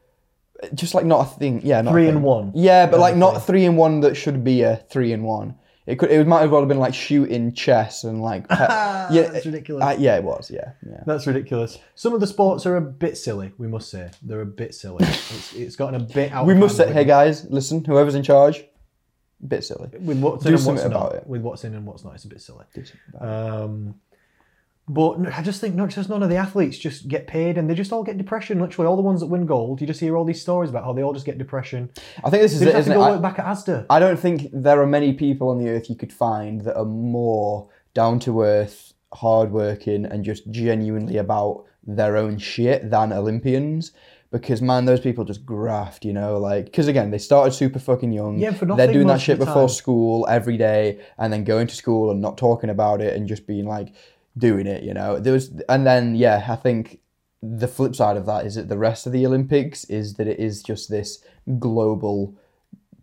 just like not a thing. Yeah, not a Three thing. and one. Yeah, but like not three in one that should be a three in one. It could. It might as well have been like shooting chess and (laughs) like. Pe- yeah, Ah, that's ridiculous. uh, yeah, it was. Yeah, yeah. That's ridiculous. Some of the sports are a bit silly. We must say they're a bit silly. it's, it's gotten a bit out. We of must hand say, hey guys, listen, whoever's in charge, bit silly. with, with what's in do and what's something not. about it. With what's in and what's not, it's a bit silly. Do something about Um, but n- I just think not just none of the athletes just get paid, and they just all get depression. Literally, all the ones that win gold, you just hear all these stories about how they all just get depression. it. I think this is They it, just have to isn't it? go I- work back at ASDA. I don't think there are many people on the earth you could find that are more down to earth, hardworking, and just genuinely about their own shit than Olympians. Because man, those people just graft, you know, like because again they started super fucking young. Yeah, for They're nothing doing that most shit of the before time. school every day, and then going to school and not talking about it and just being like doing it, you know. There was, and then yeah, I think the flip side of that is that the rest of the Olympics is that it is just this global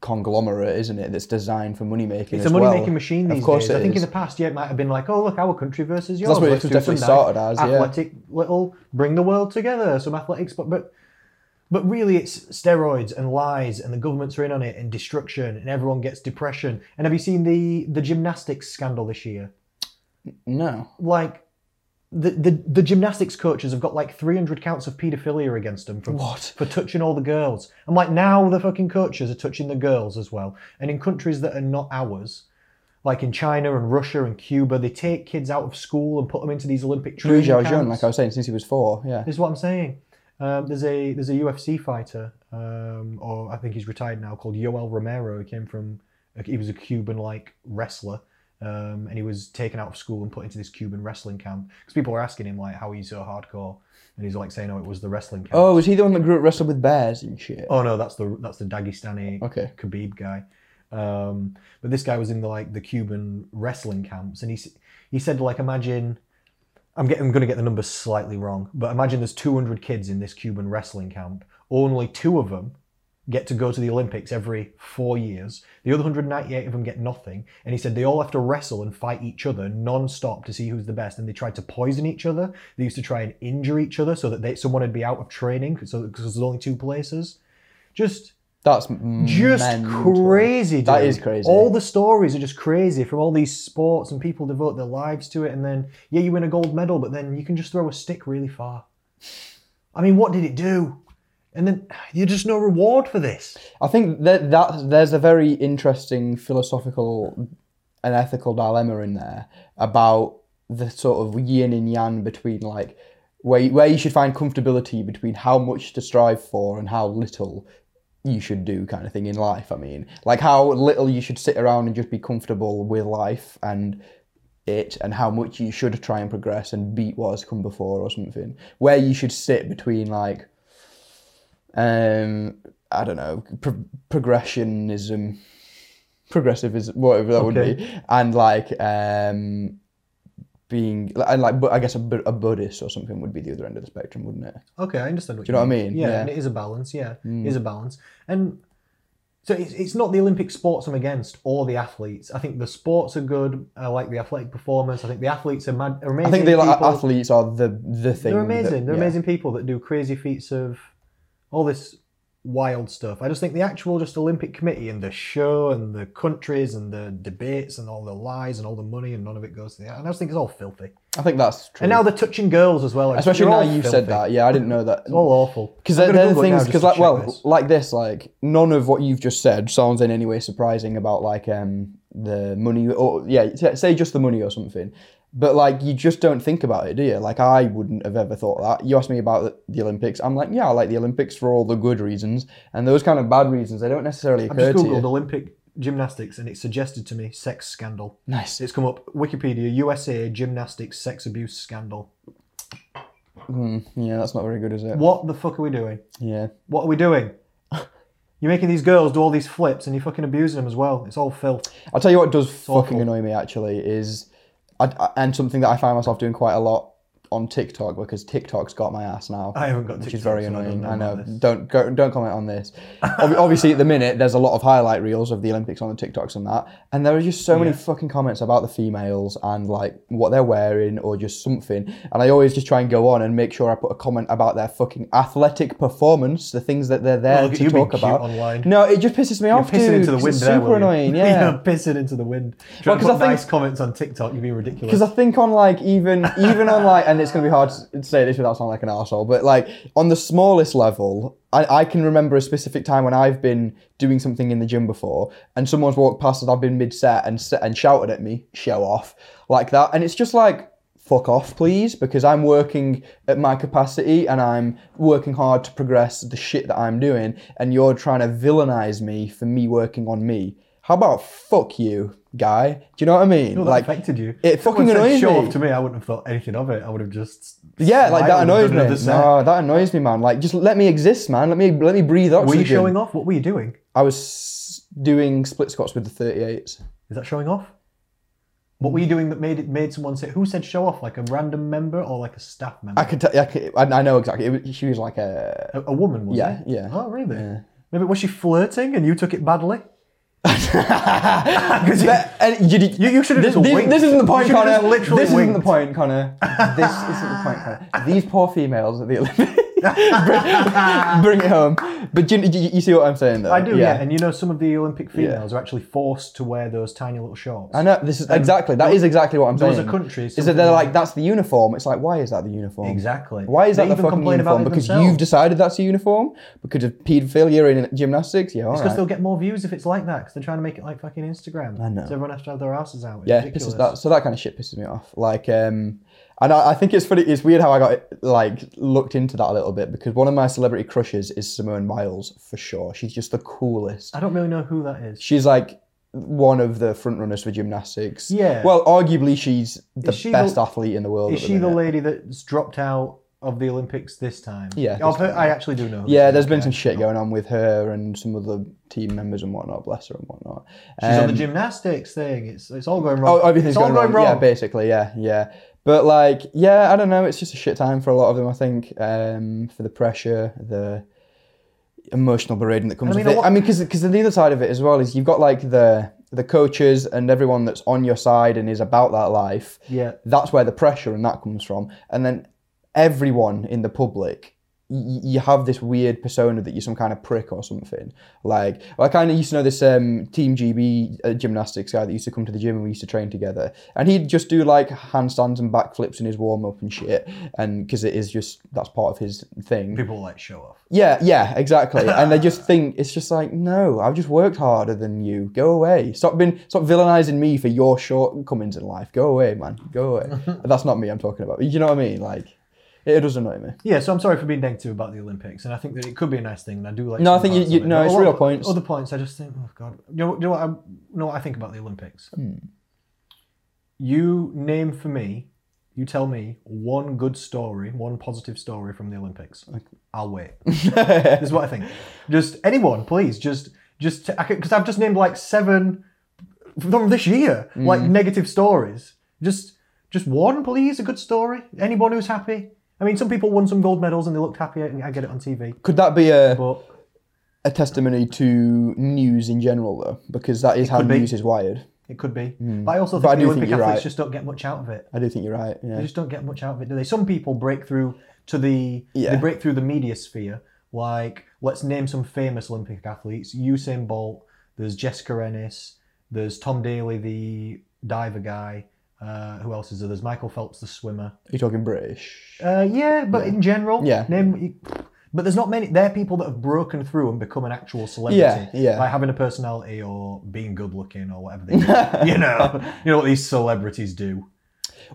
conglomerate, isn't it? That's designed for money making. It's a money-making machine these Of course, days. I it think is. in the past, yeah, it might have been like, oh, look, our country versus yours. That's what it Let's do definitely some started nice as, yeah. Athletic little, bring the world together, some athletics, but but but really, it's steroids and lies, and the governments are in on it, and destruction, and everyone gets depression. And have you seen the the gymnastics scandal this year? no. Like. The, the, the gymnastics coaches have got like 300 counts of paedophilia against them from, What? for touching all the girls. And like now the fucking coaches are touching the girls as well. And in countries that are not ours, like in China and Russia and Cuba, they take kids out of school and put them into these Olympic Louis training camps. Xiaojian, like I was saying, since he was four. Yeah. This is what I'm saying. Um, there's a there's a UFC fighter, um, or I think he's retired now, called Yoel Romero. He came from he was a Cuban like wrestler, um, and he was taken out of school and put into this Cuban wrestling camp because people were asking him like how are you so hardcore, and he's like saying, oh, it was the wrestling camp. Oh, was he the one that grew up wrestled with bears and shit? Oh no, that's the that's the Dagestani Okay. Khabib guy. Um, but this guy was in the like the Cuban wrestling camps, and he s- he said like imagine. I'm getting, I'm going to get the numbers slightly wrong, but imagine there's 200 kids in this Cuban wrestling camp. Only two of them get to go to the Olympics every four years. The other 198 of them get nothing. And he said they all have to wrestle and fight each other non-stop to see who's the best. And they tried to poison each other. They used to try and injure each other so that they, someone would be out of training so because there's only two places. Just That's just mental. crazy. Dude. That is crazy. All the stories are just crazy from all these sports, and people devote their lives to it. And then, yeah, you win a gold medal, but then you can just throw a stick really far. I mean, what did it do? And then (sighs) there's just no reward for this. I think that that there's a very interesting philosophical and ethical dilemma in there about the sort of yin and yang between like where you- where you should find comfortability between how much to strive for and how little you should do kind of thing in life. I mean, like how little you should sit around and just be comfortable with life and it and how much you should try and progress and beat what has come before or something. Where you should sit between like, um, I don't know, pro- progressionism, progressivism, whatever that Okay. would be, and like um, being and like, but I guess a, Bu- a Buddhist or something would be the other end of the spectrum, wouldn't it? Okay, I understand what Do you know what I mean? Yeah, Yeah. Mm. and it is a balance. Yeah, it is a balance. And so it's, it's not the Olympic sports I'm against or the athletes. I think the sports are good. I like the athletic performance. I think the athletes are, mad, are amazing. I think the like, people. athletes are the the thing. They're that- amazing. They're yeah. amazing people that do crazy feats of all this wild stuff. I just think the actual just Olympic committee and the show and the countries and the debates and all the lies and all the money and none of it goes to the. And I just think it's all filthy. I think that's true. And now they're touching girls as well. Like, Mm. especially you're now all you've filthy. said that. Yeah, I didn't know that. It's all awful. Because I'm they're, gonna they're the Google it now things. just Because to like, check well, this. like this, like none of what you've just said sounds in any way surprising about like um the money or yeah, s- say just the money or something. But like, you just don't think about it, do you? Like, I wouldn't have ever thought that. You asked me about the- the Olympics. I'm like, yeah, I like the Olympics for all the good reasons, and those kind of bad reasons they don't necessarily I've occur just to googled you. Olympic gymnastics and it suggested to me sex scandal. Nice. It's come up Wikipedia USA gymnastics sex abuse scandal. Mm, yeah, that's not very good, is it? What the fuck are we doing? Yeah. What are (laughs) we doing? You're making these girls do all these flips and you're fucking abusing them as well. It's all filth. I'll tell you what does fucking annoy me actually is, I, I- and something that I find myself doing quite a lot on TikTok because TikTok's got my ass now. I haven't got which TikTok, is very so I don't annoying. know I know. about this. Don't go, don't comment on this. Ob- Obviously, at the minute, there's a lot of highlight reels of the Olympics on the TikToks and that, and there are just so many fucking comments about the females and like what they're wearing or just something. And I always just try and go on and make sure I put a comment about their fucking athletic performance, the things that they're there look at to you being talk cute about. online. No, it just pisses me off. Pissing dude, into the 'cause wind It's there, super Will you? (laughs) annoying. You're Yeah. pissing into the wind. Well, Trying to 'cause I put think- nice comments on TikTok, you're being ridiculous. Because I think on like even even on like and it's gonna be hard to say this without sounding like an arsehole, but like on the smallest level, I, I can remember a specific time when I've been doing something in the gym before and someone's walked past and I've been mid set and s- and shouted at me, show off like that, and it's just like fuck off please because i'm working at my capacity and i'm working hard to progress the shit that i'm doing and you're trying to villainize me for me working on me how about fuck you guy do you know what i mean Well, that affected you. it If fucking someone said annoys show me. off to me, I wouldn't have thought anything of it. I would have just. Yeah, like that smiled and done annoys me. another set. No, that annoys me, man. Like, just let me exist, man. Let me let me breathe Were oxygen. you showing off? What were you doing? I was s- doing split squats with the 38s. Is that showing off? What were you doing that made it made someone say who said show off? Like a random member or like a staff member? I could tell. I, could, I, I know exactly. It was, she was like a. a, a woman was Yeah, it? yeah. Oh really? Maybe was she flirting and you took it (laughs) badly? Because you, did- You- you should've This, just this, winked. this isn't the You point, should've Connor. just literally This isn't the winked. point, Connor. This isn't the point, Connor. These poor females at the (laughs) Olympics. bring, bring it home. But you, you, you see what I'm saying, though. I do, yeah. And you know some of the Olympic females are actually forced to wear those tiny little shorts. I know this is Um, exactly that is exactly what I'm those saying. are countries, Is that they're something like that's the uniform? It's like why is that the uniform? Exactly. Why is They that the even fucking complain about uniform? it Because themselves. you've decided that's a uniform because of paedophilia in gymnastics. Yeah, all Because right. they'll get more views if it's like that. Because they're trying to make it like fucking Instagram. I know. So everyone has to have their asses out. It's Yeah, it ridiculous. pisses that. So that kind of shit pisses me off. Like, um, and I, I think it's funny. It's weird how I got like looked into that a little bit because one of my celebrity crushes is Simone Miles for sure. She's just the coolest. I don't really know who that is. She's like one of the front runners for gymnastics. Yeah. Well, arguably she's the Is she best the- athlete in the world. Is at the she the minute. lady that's dropped out of the Olympics this time? Yeah, I've this heard, I actually do know. who Yeah, she is, there's been okay. some shit going on with her and some other team members and whatnot, bless her and whatnot. She's on the Um, gymnastics thing. It's it's all going wrong. Oh, everything's it's all going, wrong. Yeah, basically, yeah, yeah. But like, yeah, I don't know. It's just a shit time for a lot of them. I think um, for the pressure, the emotional berating that comes I mean, with it. what- I mean, because because the other side of it as well is you've got like the the coaches and everyone that's on your side and is about that life. Yeah. That's where the pressure and that comes from. And then everyone in the public, y- you have this weird persona that you're some kind of prick or something. Like, I kind of used to know this um, Team GB uh, gymnastics guy that used to come to the gym and we used to train together. And he'd just do like handstands and backflips in his warm up and shit. And because it is just, that's part of his thing. People like show off. Yeah, yeah, exactly. And they (laughs) just think it's just like, no, I've just worked harder than you. Go away. Stop being stop villainizing me for your shortcomings in life. Go away, man. Go (laughs) away. That's not me I'm talking about. You know what I mean? Like it does annoy me. (laughs) Yeah, so I'm sorry for being negative about the Olympics, and I think that it could be a nice thing, and I do like. No, I some think you- you- parts of it, no, but a it's lot real of points. Hmm. Other points, I just think, oh god, you know, you know what I you know what I think about the Olympics. You name for me, you tell me one good story, one positive story from the Olympics. I'll wait. This is what I think. Just anyone, please. Just just because I've just named like seven from this year, Mm. like negative stories. Just just one, please. A good story. Anyone who's happy. I mean, some people won some gold medals and they looked happier, and I get it on TV. Could that be a, But a testimony to news in general, though? Because that is how be. news is wired. it could be. But I also Mm. But I do think the think Olympic you're athletes right. just don't get much out of it. I do think you're right. Yeah. They just don't get much out of it, do they? Some people break through to the Yeah. they break through the media sphere. Like, let's name some famous Olympic athletes: Usain Bolt. There's Jessica Ennis. There's Tom Daly, the diver guy. Uh, who else is there? There's Michael Phelps, the swimmer. You're talking British. Uh, yeah, but in general, Yeah. Name, but there's not many. They're people that have broken through and become an actual celebrity Yeah, yeah. by having a personality or being good looking or (laughs) whatever they do. (laughs) you know, you know what these celebrities do.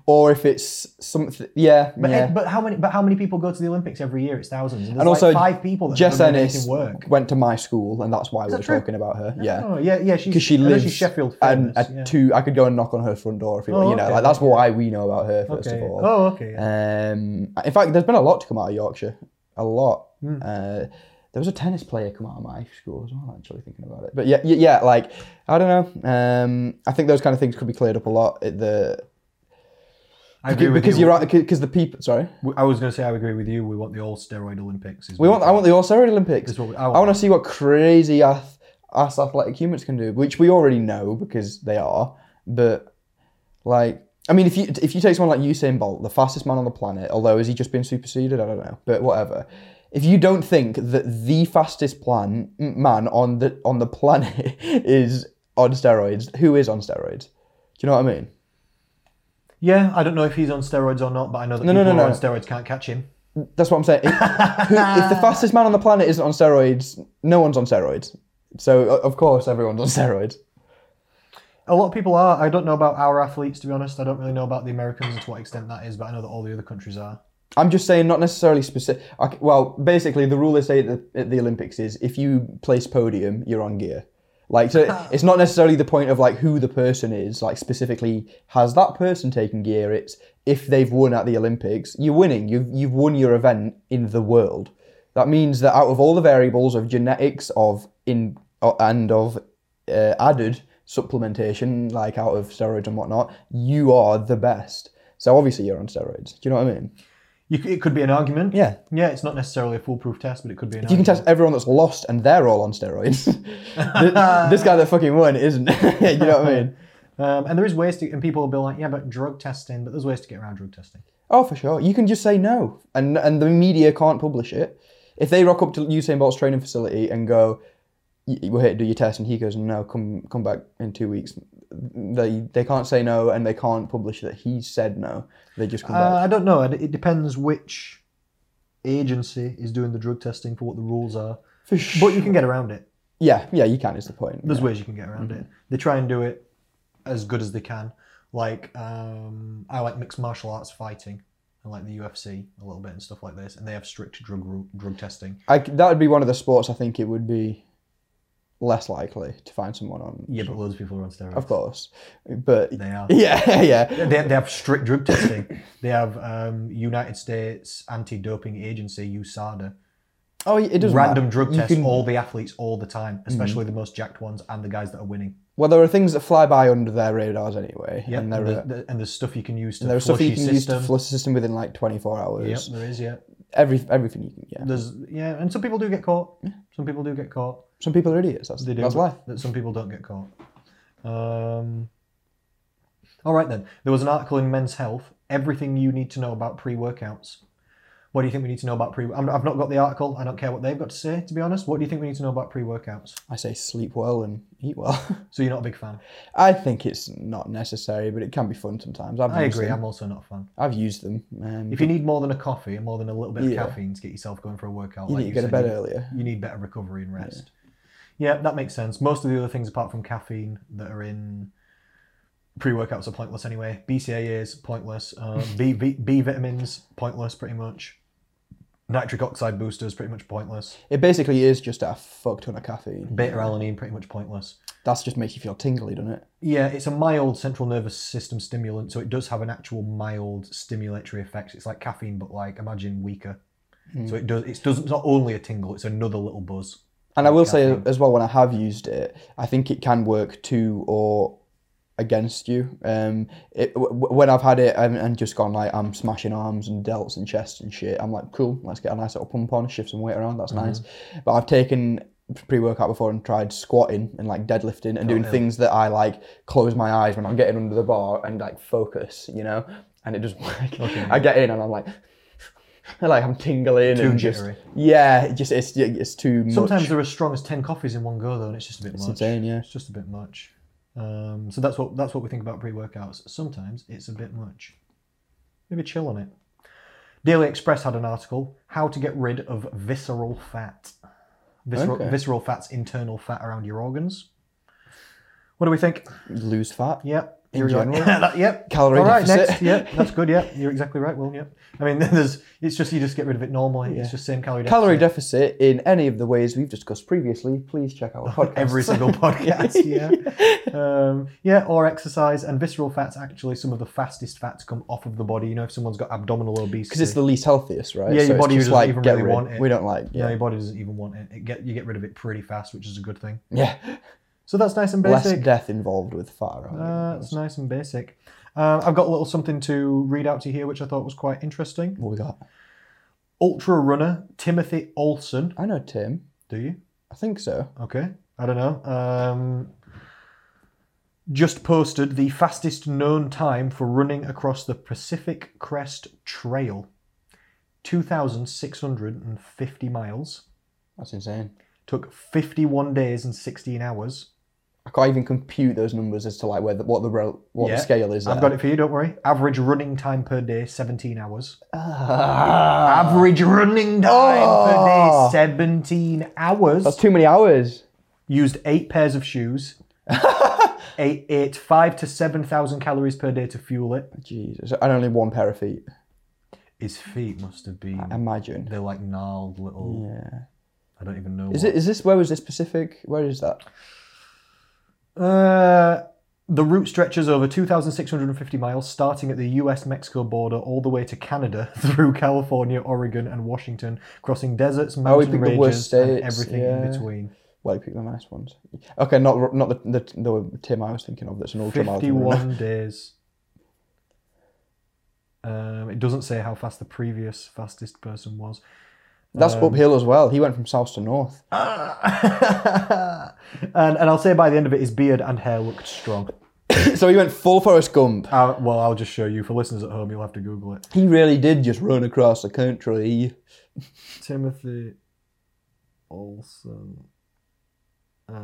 Or if it's something. Yeah. But, yeah. but how many? But how many people go to the Olympics every year? It's thousands. And, there's And like also, five people that Jess have done anything Ennis work. went to my school, and that's why we that were true? talking about her. Yeah. Oh, yeah, yeah. She's because she I know lives She's Sheffield and famous. at yeah. two, I could go and knock on her front door if you, Oh, you know, okay. like that's why we know about her first okay. of all. Oh, okay. yeah. Um, in fact, there's been a lot to come out of Yorkshire, a lot. Hmm. Uh, there was a tennis player come out of my school as well. Actually, thinking about it, but yeah, yeah, yeah, like I don't know. Um, I think those kind of things could be cleared up a lot. At the I agree with because you. are right because the people. Sorry, I was going to say I agree with you. We want the all steroid Olympics. is we what want. I want the All Steroid Olympics. Is what we- I want to see what crazy ath- ass athletic humans can do, which we already know because they are. But like, I mean, if you if you take someone like Usain Bolt, the fastest man on the planet, although has he just been superseded? I don't know, but whatever. If you don't think that the fastest plan m- man on the on the planet (laughs) is on steroids, who is on steroids? Do you know what I mean? Yeah, I don't know if he's on steroids or not, but I know that No, no, people no, who are on no. steroids can't catch him. That's what I'm saying. If, who, if the fastest man on the planet isn't on steroids, no one's on steroids. So o- of course everyone's on (laughs) steroids. A lot of people are. I don't know about our athletes, to be honest. I don't really know about the Americans and to what extent that is, but I know that all the other countries are. I'm just saying, not necessarily specific. Well, basically, the rule they say at the, at the Olympics is if you place podium, you're on gear. Like, so it's not necessarily the point of like who the person is. Like, specifically, has that person taken gear? It's if they've won at the Olympics, you're winning. You've you've won your event in the world. That means that out of all the variables of genetics of in uh, and of uh, added supplementation, like out of steroids and whatnot, you are the best. So obviously, you're on steroids. Do you know what I mean? You, c- it could be an argument. Yeah. Yeah, it's not necessarily a foolproof test, but it could be an You can argument. test everyone that's lost, and they're all on steroids. (laughs) Th- this guy that fucking won isn't. (laughs) you know what I mean? um, and there is ways to, and people will be like, yeah, but drug testing, but there's ways to get around drug testing. Oh, for sure. You can just say no, and and the media can't publish it. If they rock up to Usain Bolt's training facility and go, "Y- "We're here to do your test," and he goes, "No, come come back in two weeks," they they can't say no, and they can't publish that he said no. They just come Uh, back. I don't know. It, it depends which agency is doing the drug testing for what the rules are, For sure. but you can get around it. Yeah, yeah, you can. Is the point? There's ways you can get around it. They try and do it as good as they can. Like um, I like mixed martial arts fighting, I like the UFC a little bit and stuff like this, and they have strict drug ru- drug testing. I c that would be one of the sports I think it would be less likely to find someone on. Yeah, but loads of people are on steroids. Of course, but They are. yeah, (laughs) yeah. They, they have strict drug testing. They have um, United States Anti-Doping Agency USADA Oh, it doesn't random matter. drug You tests can- Mm. all the athletes all the time, especially the most jacked ones and the guys that are winning. Well, there are things that fly by under their radars anyway, Yeah, and and, there the- are the- and there's stuff you can use to there are flush your stuff you can use to system. flush the system within like 24 yep, hours. there is. Yeah. Every everything you can. Yeah. There's yeah, and some people do get caught. Some people do get caught. Some people are idiots. That's, They do. that's but life. That some people don't get caught. Um, all right then. There was an article in Men's Health. Everything you need to know about pre-workouts. What do you think we need to know about pre? I'm, I've not got the article. I don't care what they've got to say. To be honest, what do you think we need to know about pre-workouts? I say sleep well and eat well. (laughs) So you're not a big fan. I think it's not necessary, but it can be fun sometimes. I've I used agree. Them. I'm also not a fan. I've used them. Um, If you need more than a coffee and more than a little bit of Yeah. caffeine to get yourself going for a workout, you like need to go to said, bed you- earlier. you need better recovery and rest. Yeah. that makes sense. Most of the other things apart from caffeine that are in pre-workouts are pointless anyway. BCAAs pointless. Um, B, B B vitamins pointless pretty much. Nitric oxide boosters pretty much pointless. It basically is just a fuck ton of caffeine. Beta alanine pretty much pointless. That's just makes you feel tingly, doesn't it? Yeah, it's a mild central nervous system stimulant, so it does have an actual mild stimulatory effect. It's like caffeine, but like imagine weaker. So it does. It does. It's not only a tingle; it's another little buzz. And I will say as well, when I have used it, I think it can work to or against you. Um, it, w- w- when I've had it and, and just gone like I'm smashing arms and delts and chests and shit, I'm like, cool, let's get a nice little pump on, shift some weight around, that's nice. But I've taken pre-workout before and tried squatting and like deadlifting and doing things that I like close my eyes when I'm getting under the bar and like focus, you know. And it just (laughs) like I get in and I'm like. (laughs) Like I'm tingling and just jittery. yeah, it just it's it's too much. Sometimes they're as strong as ten coffees in one go, though, and it's just a bit much. insane, yeah. It's just a bit much. Um, so that's what that's what we think about pre-workouts. Sometimes it's a bit much. Maybe chill on it. Daily Express had an article: How to get rid of visceral fat. Visceral, Okay. visceral fat's internal fat around your organs. What do we think? lose fat. Yep. In You're right. general? (laughs) (laughs) That- yep. Calorie All right, deficit. next. Yep. That's good. Yep. You're exactly right, Will. Yep. I mean, (laughs) there's. It's just you just get rid of it normally. It's just same calorie (laughs) deficit. Calorie deficit in any of the ways we've discussed previously, please check out our podcast. (laughs) (laughs) every single podcast. yeah, um, yeah, or exercise and visceral fats. Actually, some of the fastest fats come off of the body. You know, if someone's got abdominal obesity, because it's the least healthiest, right? Yeah, your it's body just doesn't like, even get really rid. want it. We don't like, yeah, yeah, your body doesn't even want it. it get, you get rid of it pretty fast, which is a good thing. yeah. (laughs) So that's nice and less basic. death involved with fat. around it. Uh, it's nice and basic. Um, I've got a little something to read out to you here, which I thought was quite interesting. What we got? Ultra runner Timothy Olsen. I know Tim. Do you? I think so. Okay. I don't know. Um, just posted the fastest known time for running across the Pacific Crest Trail 2,650 miles. That's insane. Took 51 days and 16 hours. I can't even compute those numbers as to like where the, what the rel- what Yeah. the scale is. I've got it for you, don't worry. Average running time per day, 17 hours. Ah. (laughs) Average running time Oh. per day, 17 hours. That's too many hours. (laughs) used eight pairs of shoes. eight, ate five to 7,000 calories per day to fuel it. Jesus, and only one pair of feet. His feet must have been. Imagine. (laughs) they're like gnarled little. Yeah. I don't even know. Is it? Is this? Where was this Pacific? Where is that? Uh, the route stretches over 2,650 miles, starting at the US Mexico border all the way to Canada, (laughs) through California, Oregon, and Washington, crossing deserts, Oh, we mountain picked the ranges, worst and states, everything yeah. in between. Well, you picked the nice ones. Okay, not not the the, the Tim I was thinking of. That's an ultra marathon. runner. (laughs) 51 days. Um, it doesn't say how fast the previous fastest person was. (laughs) That's um, uphill as well. He went from south to north. (coughs) and, and I'll say by the end of it, his beard and hair looked strong. so he went full Forrest Gump. Uh, well, I'll just show you. For listeners at home, you'll have to Google it. He really did just run across the country. Timothy Olsen. Uh,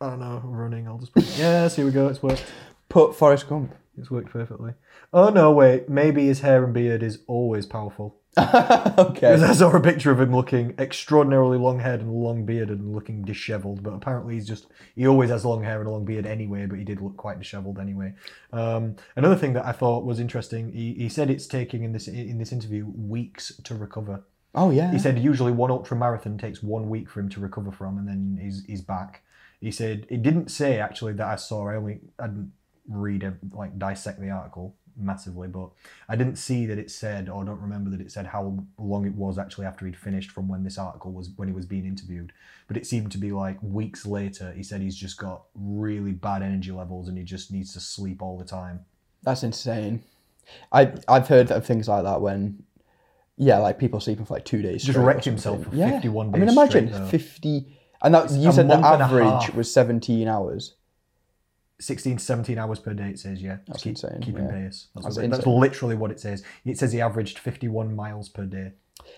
I don't know, running. I'll just put. yes, here we go. It's worked. Put Forrest Gump. (laughs) It's worked perfectly. Oh, no, wait. Maybe his hair and beard is always powerful. Because okay. I saw a picture of him looking extraordinarily long haired and long bearded and looking dishevelled, but apparently he's just he always has long hair and a long beard anyway, but he did look quite dishevelled anyway. Um, another thing that I thought was interesting, he, he said it's taking in this in this interview weeks to recover. Oh yeah. He said usually one ultra marathon takes one week for him to recover from, and then he's he's back. He said it didn't say actually that I saw. I only I didn't read ev- like dissect the article massively, but I didn't see that it said or don't remember that it said how long it was actually after he'd finished from when this article was when he was being interviewed. But it seemed to be like weeks later. He said he's just got really bad energy levels and he just needs to sleep all the time. That's insane. I I've heard of things like that when, yeah, like people sleeping for like two days. Just straight or wrecked himself something. for 51 I mean, days imagine straight, though. fifty. And that you a said the month and a half. average was seventeen hours. 16 17 hours per day it says yeah Just That's keep, insane, keeping yeah. pace that's, That's what it- that's insane. literally what it says it says he averaged 51 miles per day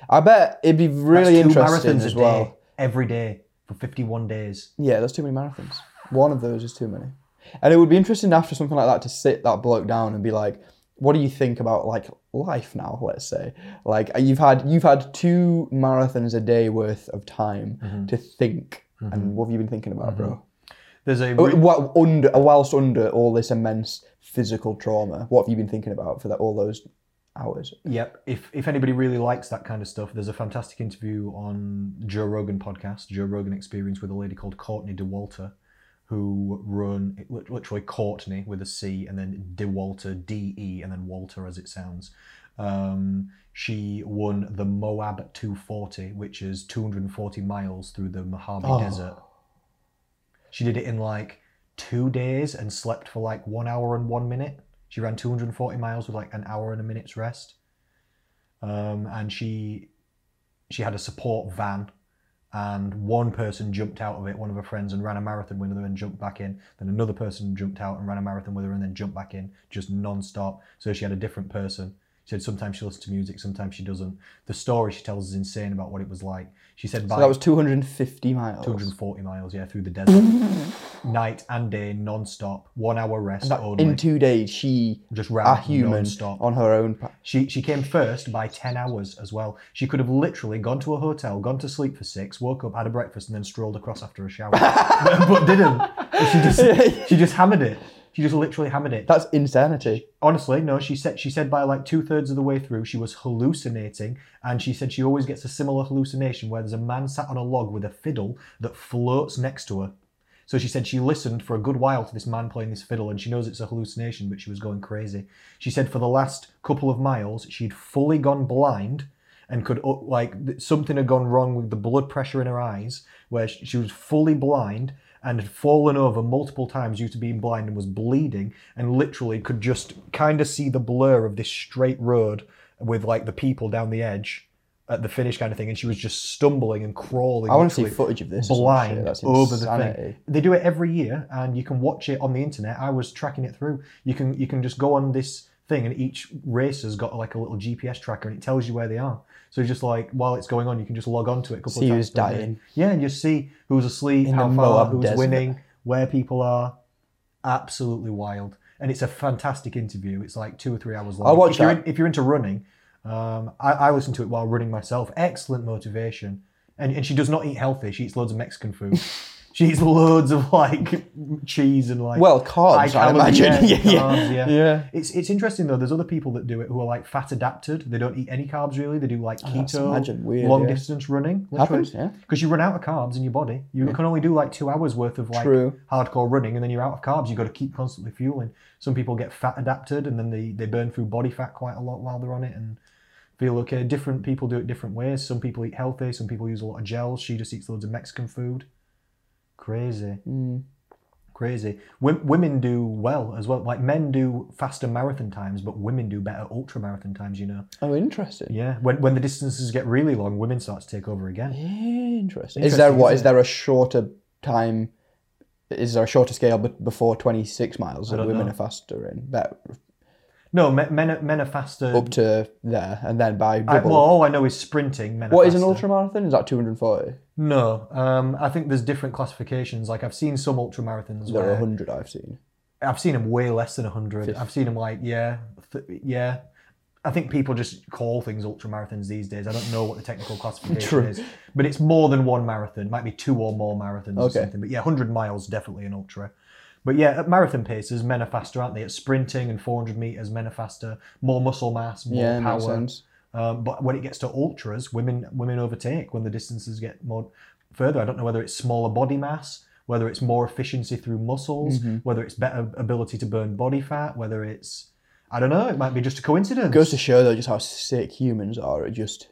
I bet it'd be That's really two interesting marathons as a well. day every day for 51 days Yeah, that's too many marathons. One of those is too many. And it would be interesting after something like that to sit that bloke down and be like, "What do you think about like life now?" Let's say, like uh, you've had you've had two marathons a day worth of time to think. Mm-hmm. And what have you been thinking about, bro? Uh, there's a Wh- wh- under whilst under all this immense physical trauma, what have you been thinking about for that all those hours. Yep. If if anybody really likes that kind of stuff, there's a fantastic interview on Joe Rogan podcast, Joe Rogan Experience, with a lady called Courtney DeWalter, who run it lit- literally Courtney with a C and then DeWalter D E and then Walter as it sounds. Um, she won the Moab 240, which is 240 miles through the Mojave Oh. Desert. She did it in like two days and slept for like one hour and one minute. She ran 240 miles with like an hour and a minute's rest. Um, and she she had a support van and one person jumped out of it, one of her friends, and ran a marathon with her and jumped back in. Then another person jumped out and ran a marathon with her and then jumped back in, just non-stop. So she had a different person. She said sometimes she listens to music, sometimes she doesn't. The story she tells is insane about what it was like. She said So by that was 250 miles. 240 miles, yeah, through (laughs) the desert, night and day, non-stop, one hour rest That- only, in two days, she, just a ran human, non-stop. on her own. (laughs) Pa- She she came first by ten hours as well. She could have literally gone to a hotel, gone to sleep for six, woke up, had a breakfast, and then strolled across after a (laughs) shower, (laughs) but, but didn't. She just she just hammered it. She just literally hammered it. That's insanity. Honestly, no. She said she said by like two thirds of the way through, she was hallucinating, and she said she always gets a similar hallucination where there's a man sat on a log with a fiddle that floats next to her. So she said she listened for a good while to this man playing this fiddle, and she knows it's a hallucination, but she was going crazy. She said for the last couple of miles, she'd fully gone blind and could uh, like th- something had gone wrong with the blood pressure in her eyes, where sh- she was fully blind and had fallen over multiple times due to being blind and was bleeding, and literally could just kind of see the blur of this straight road with like the people down the edge at the finish kind of thing, and she was just stumbling and crawling. I want to see literally footage of this. or some shit. blind That's over the insanity. thing. They do it every year, and you can watch it on the internet. I was tracking it through. You can you can just go on this thing, and each racer's got like a little GPS tracker, and it tells you where they are. So just like while it's going on, you can just log on to it. A couple See of who's times per day. dying. Yeah, and you see who's asleep, In how the far, Moab who's desert. winning, where people are. Absolutely wild, and it's a fantastic interview. It's like two or three hours long. I'll watch if you're, in, that. if you're into running, um, I, I listen to it while running myself. Excellent motivation. And, and she does not eat healthy. She eats loads of Mexican (laughs) food. she eats loads of like cheese and like Well, carbs, I, high-calorie, imagine. (laughs) yeah, Yeah, carbs, yeah. yeah. yeah. It's it's interesting though. There's other people that do it who are like fat adapted. They don't eat any carbs really. They do like that's keto, imagine weird, long yeah. distance running. Happens, yeah. Because you run out of carbs in your body. You can only do like two hours worth of like True. hardcore running, and then you're out of carbs. You got to keep constantly fueling. Some people get fat adapted, and then they they burn through body fat quite a lot while they're on it, and feel okay. Different people do it different ways. Some people eat healthy. Some people use a lot of gels. She just eats loads of Mexican food. Crazy Mm. crazy. Wom- women do well as well. Like men do faster marathon times, but women do better ultra marathon times. You know. Oh, interesting. Yeah. When when the distances get really long, women start to take over again. Interesting. Is Interesting, there what? isn't Is there a shorter time? Is there a shorter scale be- before 26 miles that I don't women know. are faster in? That No, men men are, men are faster. up to there, and then by I, double. well, all I know is sprinting. Men. are what is an faster. ultra marathon? Is that 240? No, um, I think there's different classifications. Like I've seen some ultra marathons There are where 100 I've seen. I've seen them way less than 100. I've seen them like, yeah, th- yeah. I think people just call things ultra marathons these days. I don't know what the technical classification True. is, but it's more than one marathon. It might be two or more marathons or Okay. something. But yeah, 100 miles definitely an ultra. But yeah, at marathon paces, men are faster, aren't they? At sprinting and 400 meters, men are faster. More muscle mass, more Yeah, power. makes sense. Um, but when it gets to ultras, women women overtake when the distances get more further. I don't know whether it's smaller body mass, whether it's more efficiency through muscles, Mm-hmm. whether it's better ability to burn body fat, whether it's I don't know. It might be just a coincidence. Goes to show though, just how sick humans are at just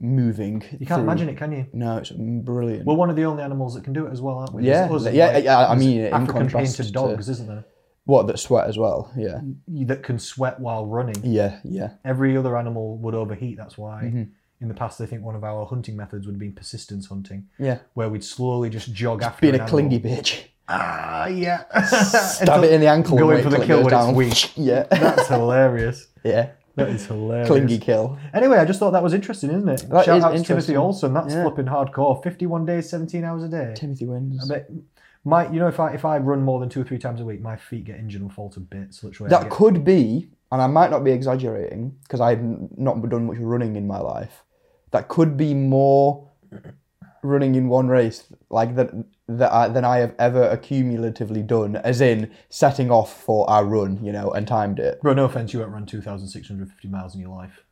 moving. you can't imagine it, can you? No, it's brilliant. We're one of the only animals that can do it as well, aren't we? Yeah, There's us and, yeah, yeah, I there's mean, in African contrast painted to- dogs, isn't there? what that sweat as well? Yeah, Mm. That can sweat while running. yeah, yeah. every other animal would overheat. That's why Mm-hmm. in the past they think one of our hunting methods would have been persistence hunting. Yeah. Where we'd slowly just jog after Being an a animal. clingy bitch. (laughs) Ah, yeah. (laughs) Stab it in the ankle. Going and wait for the till it kill goes when down. it's weak. (laughs) Yeah, That's hilarious. yeah. That is hilarious. Clingy kill. Anyway, I just thought that was interesting, isn't it? That Shout is out to Timothy interesting. Olsen. That's Yeah. flipping hardcore. Fifty-one days, seventeen hours a day. Timothy wins. I bet. My, you know, if I if I run more than two or three times a week, my feet get injured and fall to bits. Literally, I That get- could be, and I might not be exaggerating because I've n- not done much running in my life. That could be more running in one race like that that I, than I have ever accumulatively done, as in setting off for our run, you know, and timed it. Bro, no offense, you won't run 2,650 miles in your life.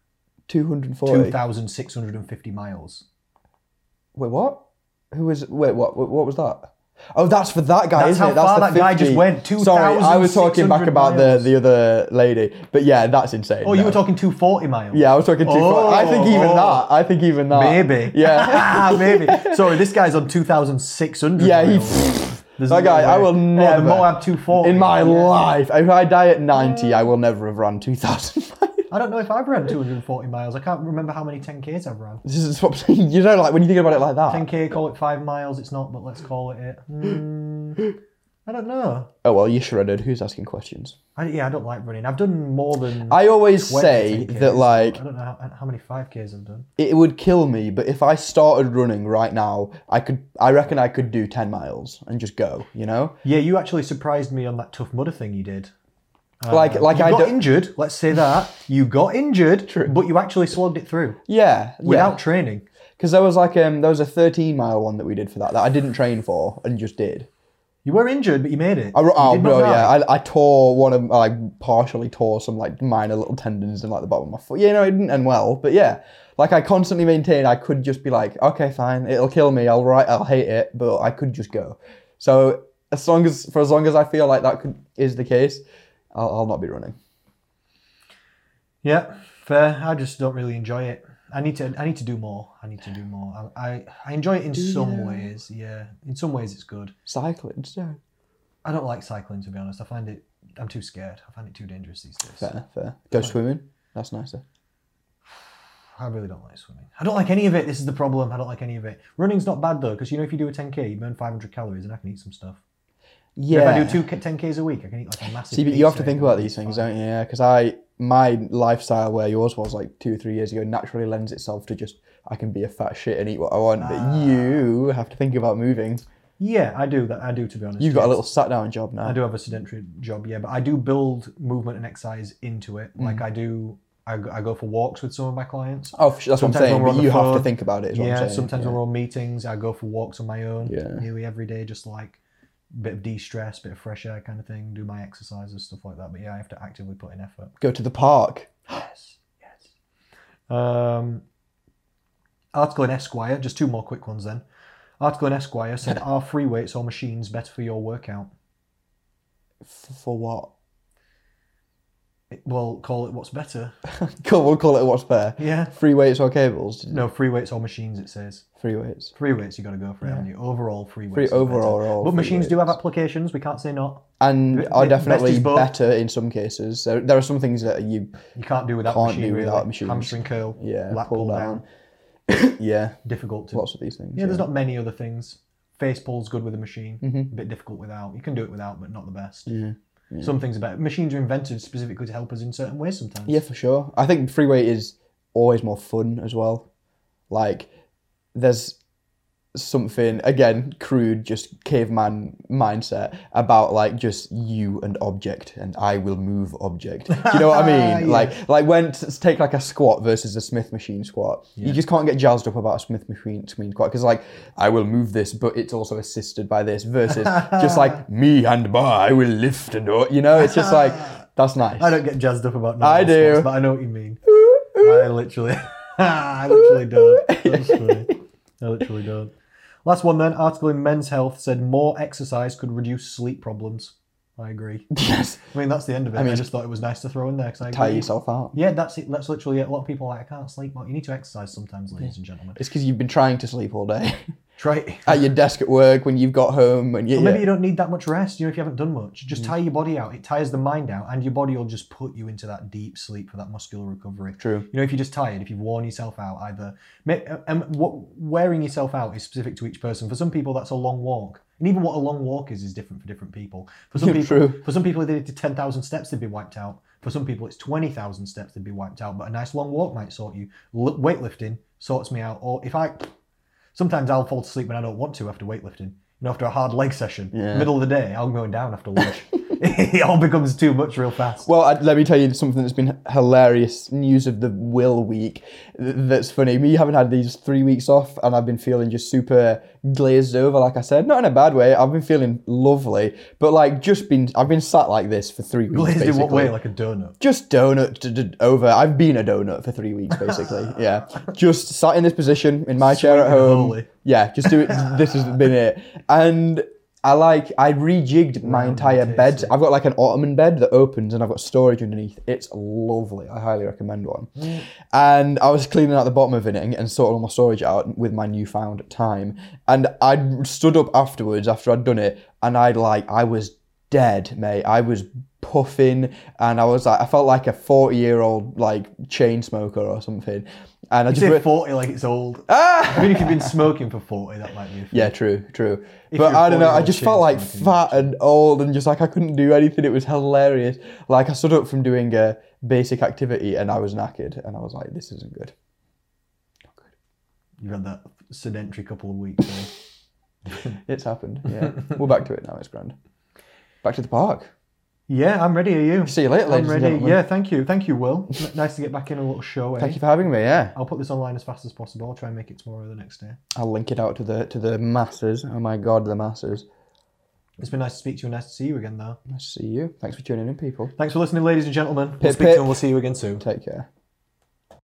240. 2,650 miles. Wait, what? Who was? Wait, what? What what was that? Oh, that's for that guy, That's isn't how it? That's far the that guy 50. just went, Sorry, I was talking back 2,600 about the, miles. the other lady, but yeah, that's insane. Oh, you no. were talking 240 miles. Yeah, I was talking too Oh, far. I think even oh. that. I think even that. Maybe. Yeah. (laughs) (laughs) Maybe. Sorry, this guy's on 2,600 Yeah, he- miles. There's That no guy, I way. will Oh, never- the Moab 240. In my Yeah. life, if I die at 90, I will never have run 2,000 miles. (laughs) I don't know if I've run 240 miles. I can't remember how many 10Ks I've run. This is what (laughs) I'm saying. You know, like when you think about it like that. 10K, call it five miles. It's not, but let's call it it. Hmm, I don't know. Oh, well, you're shredded. Who's asking questions? I, yeah, I don't like running. I've done more than. I always 20 say 10Ks. that, like, I don't know how, how many 5Ks I've done. it would kill me, but if I started running right now, I could, I reckon I could do 10 miles and just go, you know? Yeah, you actually surprised me on that tough mudder thing you did. like, like Uh, you I got don't. injured. Let's say that you got injured, but you actually slogged it through Yeah, without yeah. training. Because there was like um, there was a 13 mile one that we did for that that I didn't train for and just did. You were injured, but you made it. I, ro- You oh did not bro, die. yeah, I, I tore one of like partially tore some like minor little tendons in like the bottom of my foot. Yeah, no, it didn't end well, but yeah, like I constantly maintain I could just be like, okay, fine, it'll kill me, I'll write, I'll hate it, but I could just go. So as long as for as long as I feel like that could, is the case, I'll, I'll not be running. Yeah, fair. I just don't really enjoy it. I need to. I need to do more. I need to do more. I I, I enjoy it in some ways. Yeah, in some ways it's good. Cycling, so I don't like cycling to be honest. I find it. I'm too scared. I find it too dangerous these days. fair, fair. Go swimming, that's nicer. I really don't like swimming. I don't like any of it. This is the problem. I don't like any of it. Running's not bad though, because you know if you do a 10k, you burn 500 calories, and I can eat some stuff. Yeah, If I do two k- 10ks a week, I can eat like a massive. See, but you have to pizza think and about it's these things, fine. don't you? Yeah, because I my lifestyle where yours was like two or three years ago naturally lends itself to just I can be a fat shit and eat what I want, but Ah. you have to think about moving. Yeah, I do. That I do. To be honest, You've got yes. a little sat down job now. I do have a sedentary job, yeah, but I do build movement and exercise into it. Like I do, I, go- I go for walks with some of my clients. Mm. Oh, f- that's what Sometimes I'm saying. when we're on But the you have to phone- think about it. Is what I'm yeah, saying. sometimes when we're on meetings, I go for walks on my own, Yeah. nearly every day, just like a bit of de-stress, bit of fresh air kind of thing. Do my exercises, stuff like that. But yeah, I have to actively put (gasps) in effort. go to the park. Yes, yes. Um, article in Esquire, just two more quick ones then. Article in (laughs) Esquire said, "Are free weights or machines better for your workout?" F- for what? (laughs) It- Well, call it what's better. (laughs) Cool. We'll call it what's fair. Yeah. Free weights or cables? No, free weights or machines, it says. Free weights. Free weights, you got to go for it, haven't you? Overall, free weights. Free is better. overall are all But free machines do have weights. applications, we can't say not. and Bit- are bit- best definitely is both. better in some cases. So there are some things that you You can't do without Can't machine, do really. without machines. Hamstring curl, yeah lap pull down. yeah, difficult to. lots of these things. yeah, there's not many other things. Face pull's good with a machine, Mm-hmm. a bit difficult without. You can do it without, but not the best. Some things are better. Machines are invented specifically to help us in certain ways sometimes. Yeah, for sure. I think free weight is always more fun as well. Like, there's something again crude, just caveman mindset about like just you and object, and I will move object. Do you know what I mean? Yeah. Like, like when t- take like a squat versus a Smith machine squat, you just can't get jazzed up about a Smith machine machine squat because like I will move this, but it's also assisted by this versus just like me and bar, I will lift and all. You know, it's just like that's nice. I don't get jazzed up about I normal do. sports, but I know what you mean. I literally, (laughs) I literally don't. That's funny. I literally don't. Last one then. Article in Men's Health said more exercise could reduce sleep problems. I agree. (laughs) yes. I mean that's the end of it. I, mean- just thought it was nice to throw in there because I tire agree. yourself out. Yeah, that's it. That's literally it. A lot of people are like I can't sleep. Well, you need to exercise sometimes, ladies and gentlemen. It's because you've been trying to sleep all day (laughs) Try. it. at your desk at work when you've got home and you, Or maybe you yeah. Mm. don't need that much rest. You know, if you haven't done much, just tire your body out. It tires the mind out, and your body will just put you into that deep sleep for that muscular recovery. True. You know, if you're just tired, if you've worn yourself out, either ma- and what wearing yourself out is specific to each person. For some people, that's a long walk, and even what a long walk is is different for different people. For some Yeah, (laughs) people, true. for some people, if they did ten thousand steps, they'd be wiped out. For some people, it's twenty thousand steps, they'd be wiped out. But a nice long walk might sort you. L- weightlifting sorts me out, or if I sometimes I'll fall asleep when I don't want to after weightlifting. You know, after a hard leg session, Yeah. middle of the day, I'll go down after lunch. (laughs) it all becomes too much real fast. Well, I, let me tell you something that's been h- hilarious news of the will week. th- That's funny. Me having had these three weeks off, and I've been feeling just super glazed over. Like I said, not in a bad way. I've been feeling lovely, but like just been. I've been sat like this for three weeks. Glazed in what basically. way? Like a donut. Just donut d- d- over. I've been a donut for three weeks, (laughs) basically. yeah, just sat in this position in my chair at and home. holy. Yeah, just do it. this has been it. And I like I rejigged my entire and bed. I've got like an ottoman bed that opens, and I've got storage underneath. It's lovely. I highly recommend one. And I was cleaning out the bottom of it and sorting all my storage out with my newfound time. And I stood up afterwards after I'd done it, and I'd like I was dead, mate. I was puffing, and I was like I felt like a forty-year-old like chain smoker or something. And I just Say re- 40 like it's old. I mean, if you've been smoking for 40, that might be a thing. Ah! Yeah, true, true. If but you're I don't know. I four-year-old just kids, felt like I can fat and old, and just like I couldn't do anything. It was hilarious. Like I stood up from doing a basic activity, and I was knackered, and I was like, "This isn't good." You've had that sedentary couple of weeks. eh? It's happened. (laughs) Yeah, we're back to it now. It's grand. Back to the park. yeah, I'm ready. Are you? See you later, I'm ladies and ready. gentlemen. Yeah, thank you. Thank you, Will. N- nice to get back in a little show. Eh? Thank you for having me. Yeah, I'll put this online as fast as possible. I'll try and make it tomorrow or the next day. I'll link it out to the to the masses. Oh my god, the masses. It's been nice to speak to you. Nice to see you again, though. Nice to see you. Thanks for tuning in, people. Thanks for listening, ladies and gentlemen. We'll Pip, speak to pip. you and we'll see you again soon. Take care.